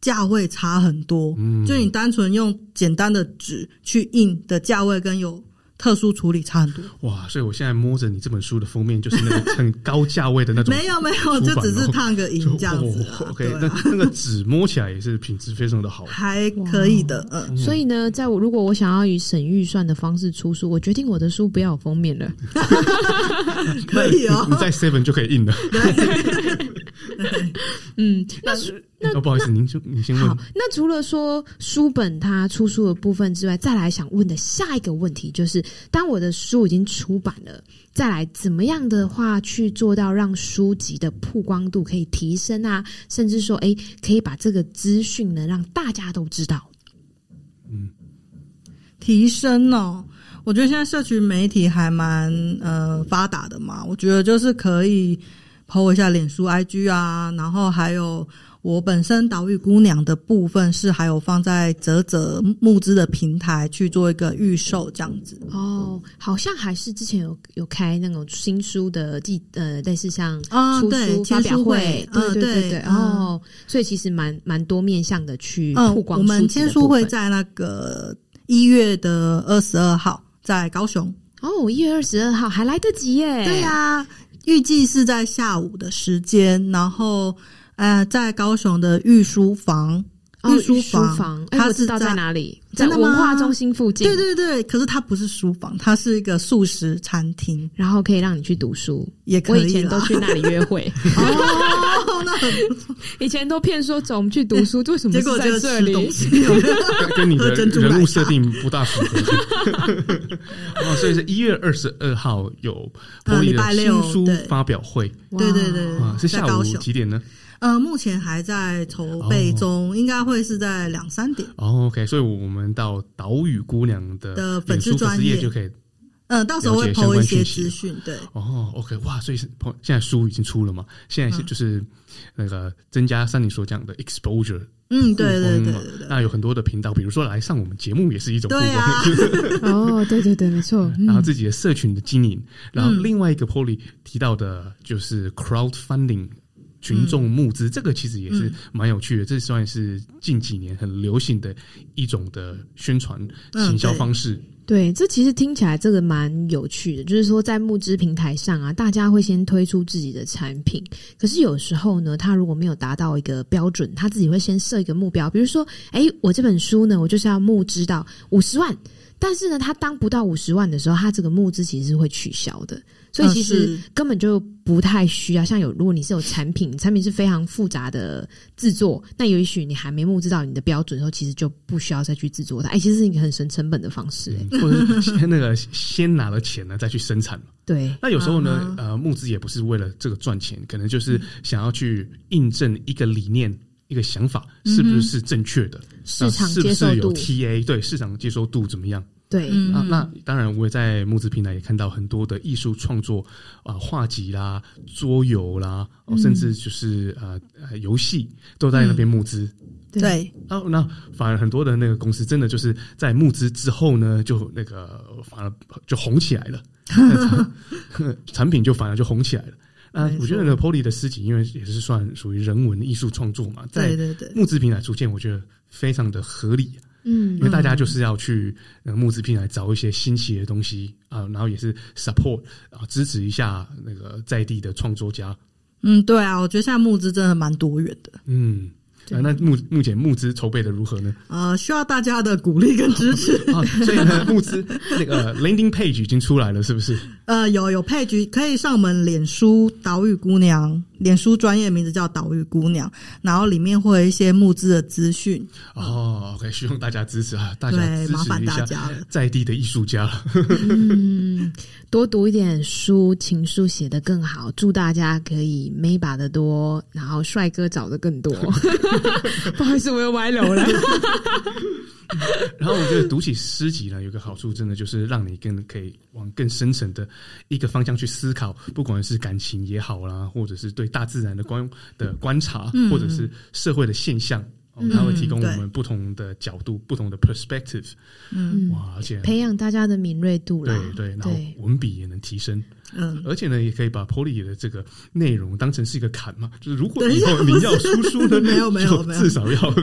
价位差很多。
嗯
就你单纯用简单的纸去印的价位，跟有特殊处理差很多。
哇，所以我现在摸着你这本书的封面，就是那个很高价位的那种
没有没有，
出
就
版
只
哦
是烫个银
就
这样子
哦
啊、
OK，
对
那
啊，
那个纸摸起来也是品质非常的 好。
还可以的，嗯。
所以呢，在我如果我想要以省预算的方式出书，我决定我的书不要有封面了。
可以哦
你在 Seven 就可以印了。
嗯，
那哦，不好意思，您就您先
好
问。，
那除了说书本它出书的部分之外，再来想问的下一个问题就是，当我的书已经出版了，再来怎么样的话去做到让书籍的曝光度可以提升啊，甚至说，哎，可以把这个资讯呢让大家都知道。
提升哦。我觉得现在社群媒体还蛮呃发达的嘛，我觉得就是可以 PO 一下脸书、IG 啊，然后还有我本身岛屿姑娘的部分是还有放在泽泽募资的平台去做一个预售这样子。
哦，好像还是之前有有开那种新书的记呃，类似像
啊
出
对
书
签
发表
书
会
会，
对
嗯
对对
对
对，
嗯
哦，所以其实蛮蛮多面向的去
嗯
曝，光
我们
书籍
签
的
书
部
会
分。
在那个一月的二十二号在高雄。
哦，一月二十二号还来得及耶！
对啊，预计是在下午的时间，然后呃，在高雄的御书房，
哦，
御嗯书
书
房
房，哎，
它
我
是
知道在
在
哪里，在
真的吗
文化中心附近。
对，对对，可是它不是书房，它是一个素食餐厅，
然后可以让你去读书。
也可
我
以啦。
以前都
啊
去那里约会，
哦，那很
以前都骗说走，我们去读书，为什么
结
是
果
在
就
这
吃
里？
东西，有没有
跟跟你的
喝珍珠奶茶
人物设定不大 符合。哦，所以是一月二十二号有
呃
玻璃
礼拜
的
六
新书
对
发表会
哇
对对对，
啊，是
在
下
高
午
雄。
几点呢？
呃，目前还在筹备中，应该会是在两三点。
哦，OK，所以我们到岛屿姑娘的
的粉
脸
丝
书粉
专
丝页
页
就可以。
嗯，到时候会
了解相
PO
关
一
讯
些
息
资讯，对，
哦，OK，哇，所以是朋现在书已经出了嘛？现在是
嗯
就是那个增加像你所讲的 exposure
嗯，对对
曝
对
光嘛
对对。
那有很多的频道，比如说来上我们节目也是一种曝
对
光，
啊，
哦，对对对，没错。
然后自己的社群的经营，然后
嗯
另外一个 Polly 提到的就是 crowdfunding。群
嗯
众募资，这个其实也是蛮有趣的，这算是近几年很流行的一种的宣传
嗯
行销
对
方式。
对，这其实听起来这个蛮有趣的，就是说在募资平台上啊，大家会先推出自己的产品，可是有时候呢，他如果没有达到一个标准，他自己会先设一个目标，比如说，哎，我这本书呢，我就是要募资到五十万，但是呢，他当不到五十万的时候，他这个募资其实是会取消的，所以
嗯
其实
是
根本就不太需要。像有如果你是有产品，产品是非常复杂的制作，那也许你还没募资到你的标准的时候，其实就不需要再去制作它。哎，其实是一个很省成本的方式、哎。
嗯或者是先那个先拿了钱呢，再去生产嘛。
对，
那有时候
嗯
呢，呃，募资也不是为了这个赚钱，可能就是想要去印证一个理念、一个想法是不是正确的，那
嗯市场
是不
接受
是有
度，
TA 对市场接受度怎么样？
对，
嗯
啊，那当然，我也在募资平台也看到很多的艺术创作啊、画集啦、桌游啦，
嗯
哦，甚至就是呃呃游戏都在那边募资。
对
对，
哦，那反而很多的那个公司真的就是在募资之后呢，就那个反而就红起来了， 产产品就反而就红起来了。那
没错
我觉得呢，Polly 的诗集因为也是算属于人文艺术创作嘛，
对
在
对对，
募资平台出现，我觉得非常的合理，
嗯
因为大家就是要去呃募资平台找一些新奇的东西啊，然后也是 support 啊支持一下那个在地的创作家。
嗯，对啊，我觉得现在募资真的蛮多元的，
嗯，啊那目目前募资筹备的如何呢？
呃，需要大家的鼓励跟支 持。
啊，所以呢，募资那个 landing page 已经出来了，是不是？
呃，有有配局可以上我们脸书岛屿姑娘，脸书专业名字叫岛屿姑娘，然后里面会有一些募资的资讯，
哦，OK，希望大家支持啊，大家
对，
支
麻
持
烦
一
大
下
家了。
在地的艺术家了。
嗯，多读一点书，情书写得更好。祝大家可以妹把的多，然后帅哥找的更多。
不好意思，我又歪楼了。
然后我觉得读起诗集呢，有个好处，真的就是让你更可以往更深层的一个方向去思考，不管是感情也好啦，或者是对大自然的观的观察，或者是社会的现象。哦它会提供我
嗯对
们不同的角度、不同的 perspective，
嗯，
哇！而且
培养大家的敏锐度啦。
对对，然后
对，
文笔也能提升。
嗯，
而且呢，也可以把 Polly 的这个内容当成是一个坎嘛，就是如果
等一
以
下
后
不是
你要出书呢，
没有没有
就
没有
至少要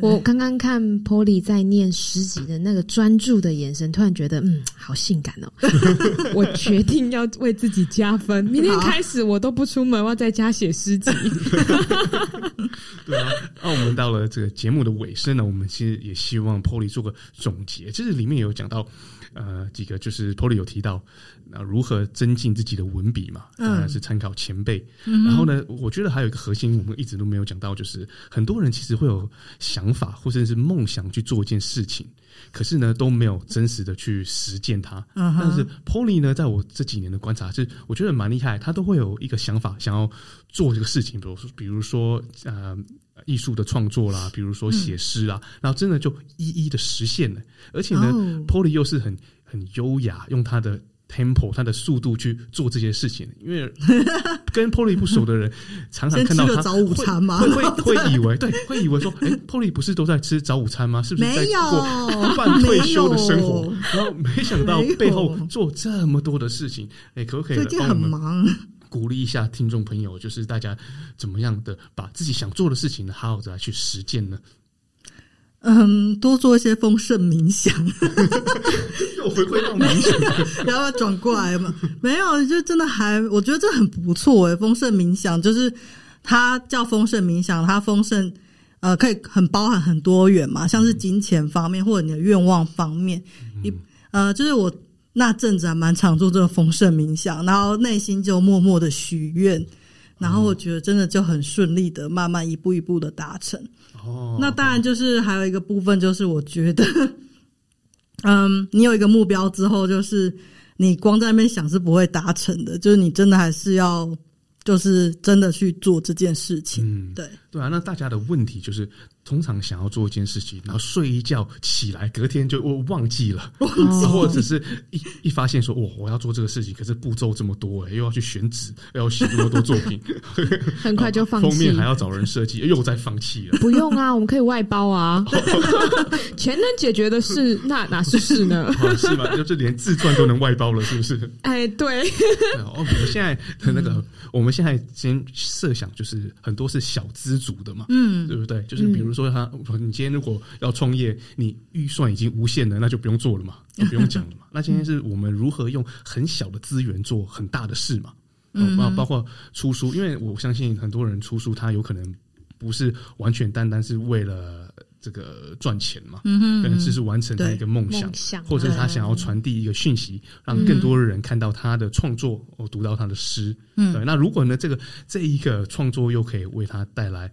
我刚刚看 Polly 在念诗集的那个专注的眼神，突然觉得嗯，好性感 哦。
我决定要为自己加分，明天开始我都不出门，我要在家写诗 集。
对啊。那我们到了这个节目的尾声呢，我们其实也希望 Polly 做个总结，就是里面有讲到呃几个，就是 Polly 有提到那如何增进自己的文笔嘛？
嗯
当然是参考前辈。然后呢，我觉得还有一个核心，我们一直都没有讲到，就是很多人其实会有想法或者是梦想去做一件事情，可是呢都没有真实的去实践它。
嗯
但是
哼，
Polly 呢，在我这几年的观察是，我觉得蛮厉害，他都会有一个想法，想要做这个事情，比如说，比如说呃，艺术的创作啦，比如
嗯
说写诗啦，然后真的就一一的实现了。而且呢、
哦
p o l y 又是很很优雅，用他的 tempo，他的速度去做这些事情。因 为跟 Polly 不熟的人，常常
先
看
吃
到
个
他
早午
会
餐嘛
会 会会以为对，会以为说，哎、p o l y 不是都在吃早午餐吗？是不是在
没有
过半退休的生活
没有，
然后没想到
没有
背后做这么多的事情，哎、可不可以
最
来
近
帮我
很
们
忙，
鼓励一下听众朋友，就是大家怎么样的把自己想做的事情呢，好好的来去实践呢？
嗯，多做一些丰盛冥想，
又回归到冥想，
然后转过来嘛，没有， 就真的还，我觉得这很不错诶。丰盛冥想就是它叫丰盛冥想，它丰盛呃可以很包含很多元嘛，像是金钱方面或者你的愿望方面，一呃就是我那阵子还蛮常做这个丰盛冥想，然后内心就默默的许愿。然后我觉得真的就很顺利的，慢慢一步一步的达成。
哦，
那当然就是还有一个部分，就是我觉得，嗯，你有一个目标之后，就是你光在那边想是不会达成的，就是你真的还是要，就是真的去做这件事情。
嗯，
对，
对啊，那大家的问题就是，通常想要做一件事情，然后睡一觉起来，隔天就我忘记了，或者是一一发现说，我哦我要做这个事情，可是步骤这么多、欸，又要去选址，又要写那么多作品，
很快就放
封
弃
面。还要找人设计，哎又在放弃了。
不用啊，我们可以外包 啊。全能解决的事，那哪是事呢？
哦、是吗？就是连自传都能外包了，是不是？
哎，对，
对啊哦，我们现在的那个，我们现在先设想，就是很多是小资族的嘛，
嗯，
对不对？就是比如说他，你今天如果要创业，你预算已经无限了，那就不用做了嘛，就不用讲了嘛。那今天是我们如何用很小的资源做很大的事嘛？嗯，包包括出书，因为我相信很多人出书，他有可能不是完全单单是为了这个赚钱嘛，
嗯哼
可能只是完成他
对
一个梦
啊
想
梦，想
或者是他想要传递一个讯息，
嗯
让更多的人看到他的创作，哦，读到他的诗。
嗯
对。那如果呢，这个这一个创作又可以为他带来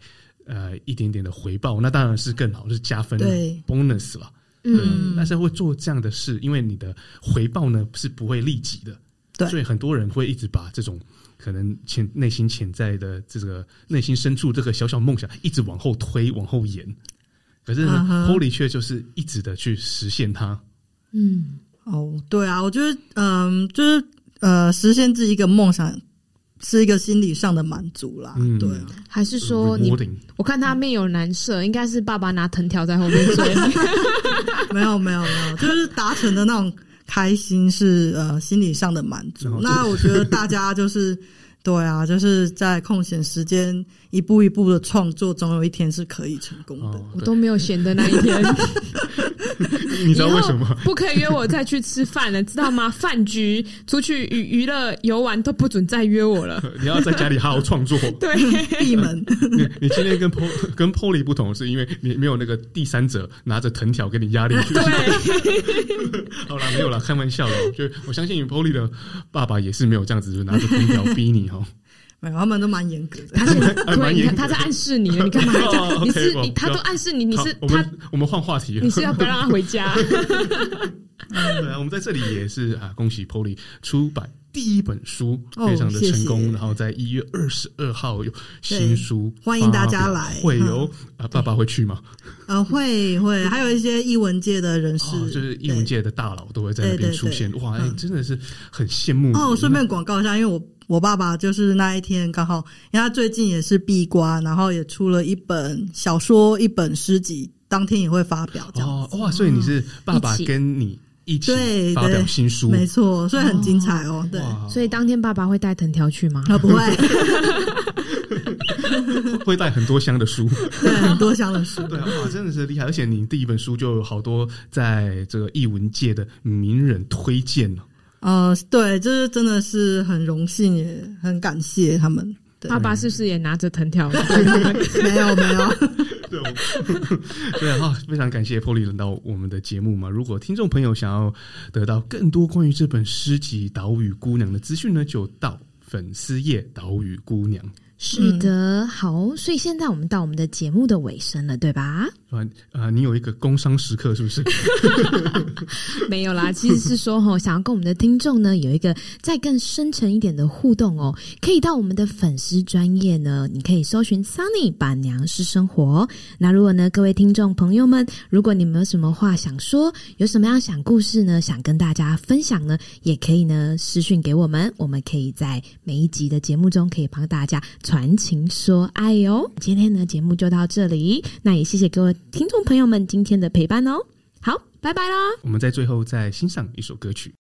呃一点点的回报，那当然是更好，是加分
对
bonus 了。
嗯，
但是会做这样的事，因为你的回报呢是不会立即的，
对
所以很多人会一直把这种可能潜内心潜在的这个内心深处这个小小梦想一直往后推、往后延。可是
嗯
呢
哼
p o l y 却就是一直的去实现它，
嗯，
哦，对啊，我觉得，嗯，就是呃，实现自己一个梦想是一个心理上的满足啦。
嗯
对啊，
还是说你
rewarding
我看他面有难色，应该是爸爸拿藤条在后面 追。
没有没有没有，就是达成的那种开心是呃心理上的满
然后就
足。那我觉得大家就是对啊，就是在空闲时间一步一步的创作，总有一天是可以成功的。
哦
我，都没有闲的那一天，
对 你
你
知道为什么 吗？
不可以约我再去吃饭了，知道吗？饭局、出去娱娱乐、游玩都不准再约我了。
你要在家里好好创作。
对，
闭门，
你你今天跟 p o 跟 Polly 不同，是因为你没有那个第三者拿着藤条给你压力。
对，
好啦，没有啦，开玩笑啦。就我相信 Polly 的爸爸也是没有这样子，就拿着藤条逼 你哈。
没有，他们都蛮严格的。
他是
还哎蛮
对，你
严
看
格
他在暗示 你了，你干嘛还这
哦
样？
，OK，
你是
我
你，他
不
都
要
暗示你，你
好
是
我
他
们，我们换话题了
你。是要不要让他回 家？
对啊，我们在这里也是啊，恭喜 Polly 出版第一本书，
哦
非常的成功。
谢谢
然后在一月二十二号有新书发表，
对欢迎大家来嗯
会有啊，爸爸会去吗？
呃，会会，还有一些艺文界的人士，
哦，就是艺文界的大佬都会在那边
对对
出现，
对
哇，哎
嗯
真的是很羡慕你
对。哦，顺便广告一下，因为我我爸爸就是那一天刚好，因为他最近也是闭关，然后也出了一本小说，一本诗集，当天也会发表这样。
哦，哇，所以你是爸爸
一起
跟你一起
嗯对
发表
对
新书，
没错，所以很精彩哦。对，
哇，
所以当天爸爸会带藤条去吗？
啊，不会，
会带很多箱的书，
对，很多香的 书。
对啊，哇，真的是厉害！而且你第一本书就有好多在这个艺文界的名人推荐了。
呃，对，就是真的是很荣幸，也很感谢他们。对
爸，爸是不是也拿着藤条？
没有没有，
对，我 对啊，非常感谢 Polly 来到我们的节目嘛。如果听众朋友想要得到更多关于这本诗集《岛屿姑娘》的资讯呢，就到粉丝页《岛屿姑娘》。
是的，好，所以现在我们到我们的节目的尾声了，对吧？
啊啊、你有一个工商时刻是不是？
没有啦，其实是说哈，想要跟我们的听众呢有一个再更深沉一点的互动哦，可以到我们的粉丝专业呢，你可以搜寻 Sunny 板娘是生活。那如果呢，各位听众朋友们，如果你们有什么话想说，有什么样想故事呢，想跟大家分享呢，也可以呢私讯给我们，我们可以在每一集的节目中可以帮大家传情说爱哦。今天呢节目就到这里，那也谢谢各位听众朋友们今天的陪伴哦。好，拜拜啦。
我们在最后再欣赏一首歌曲。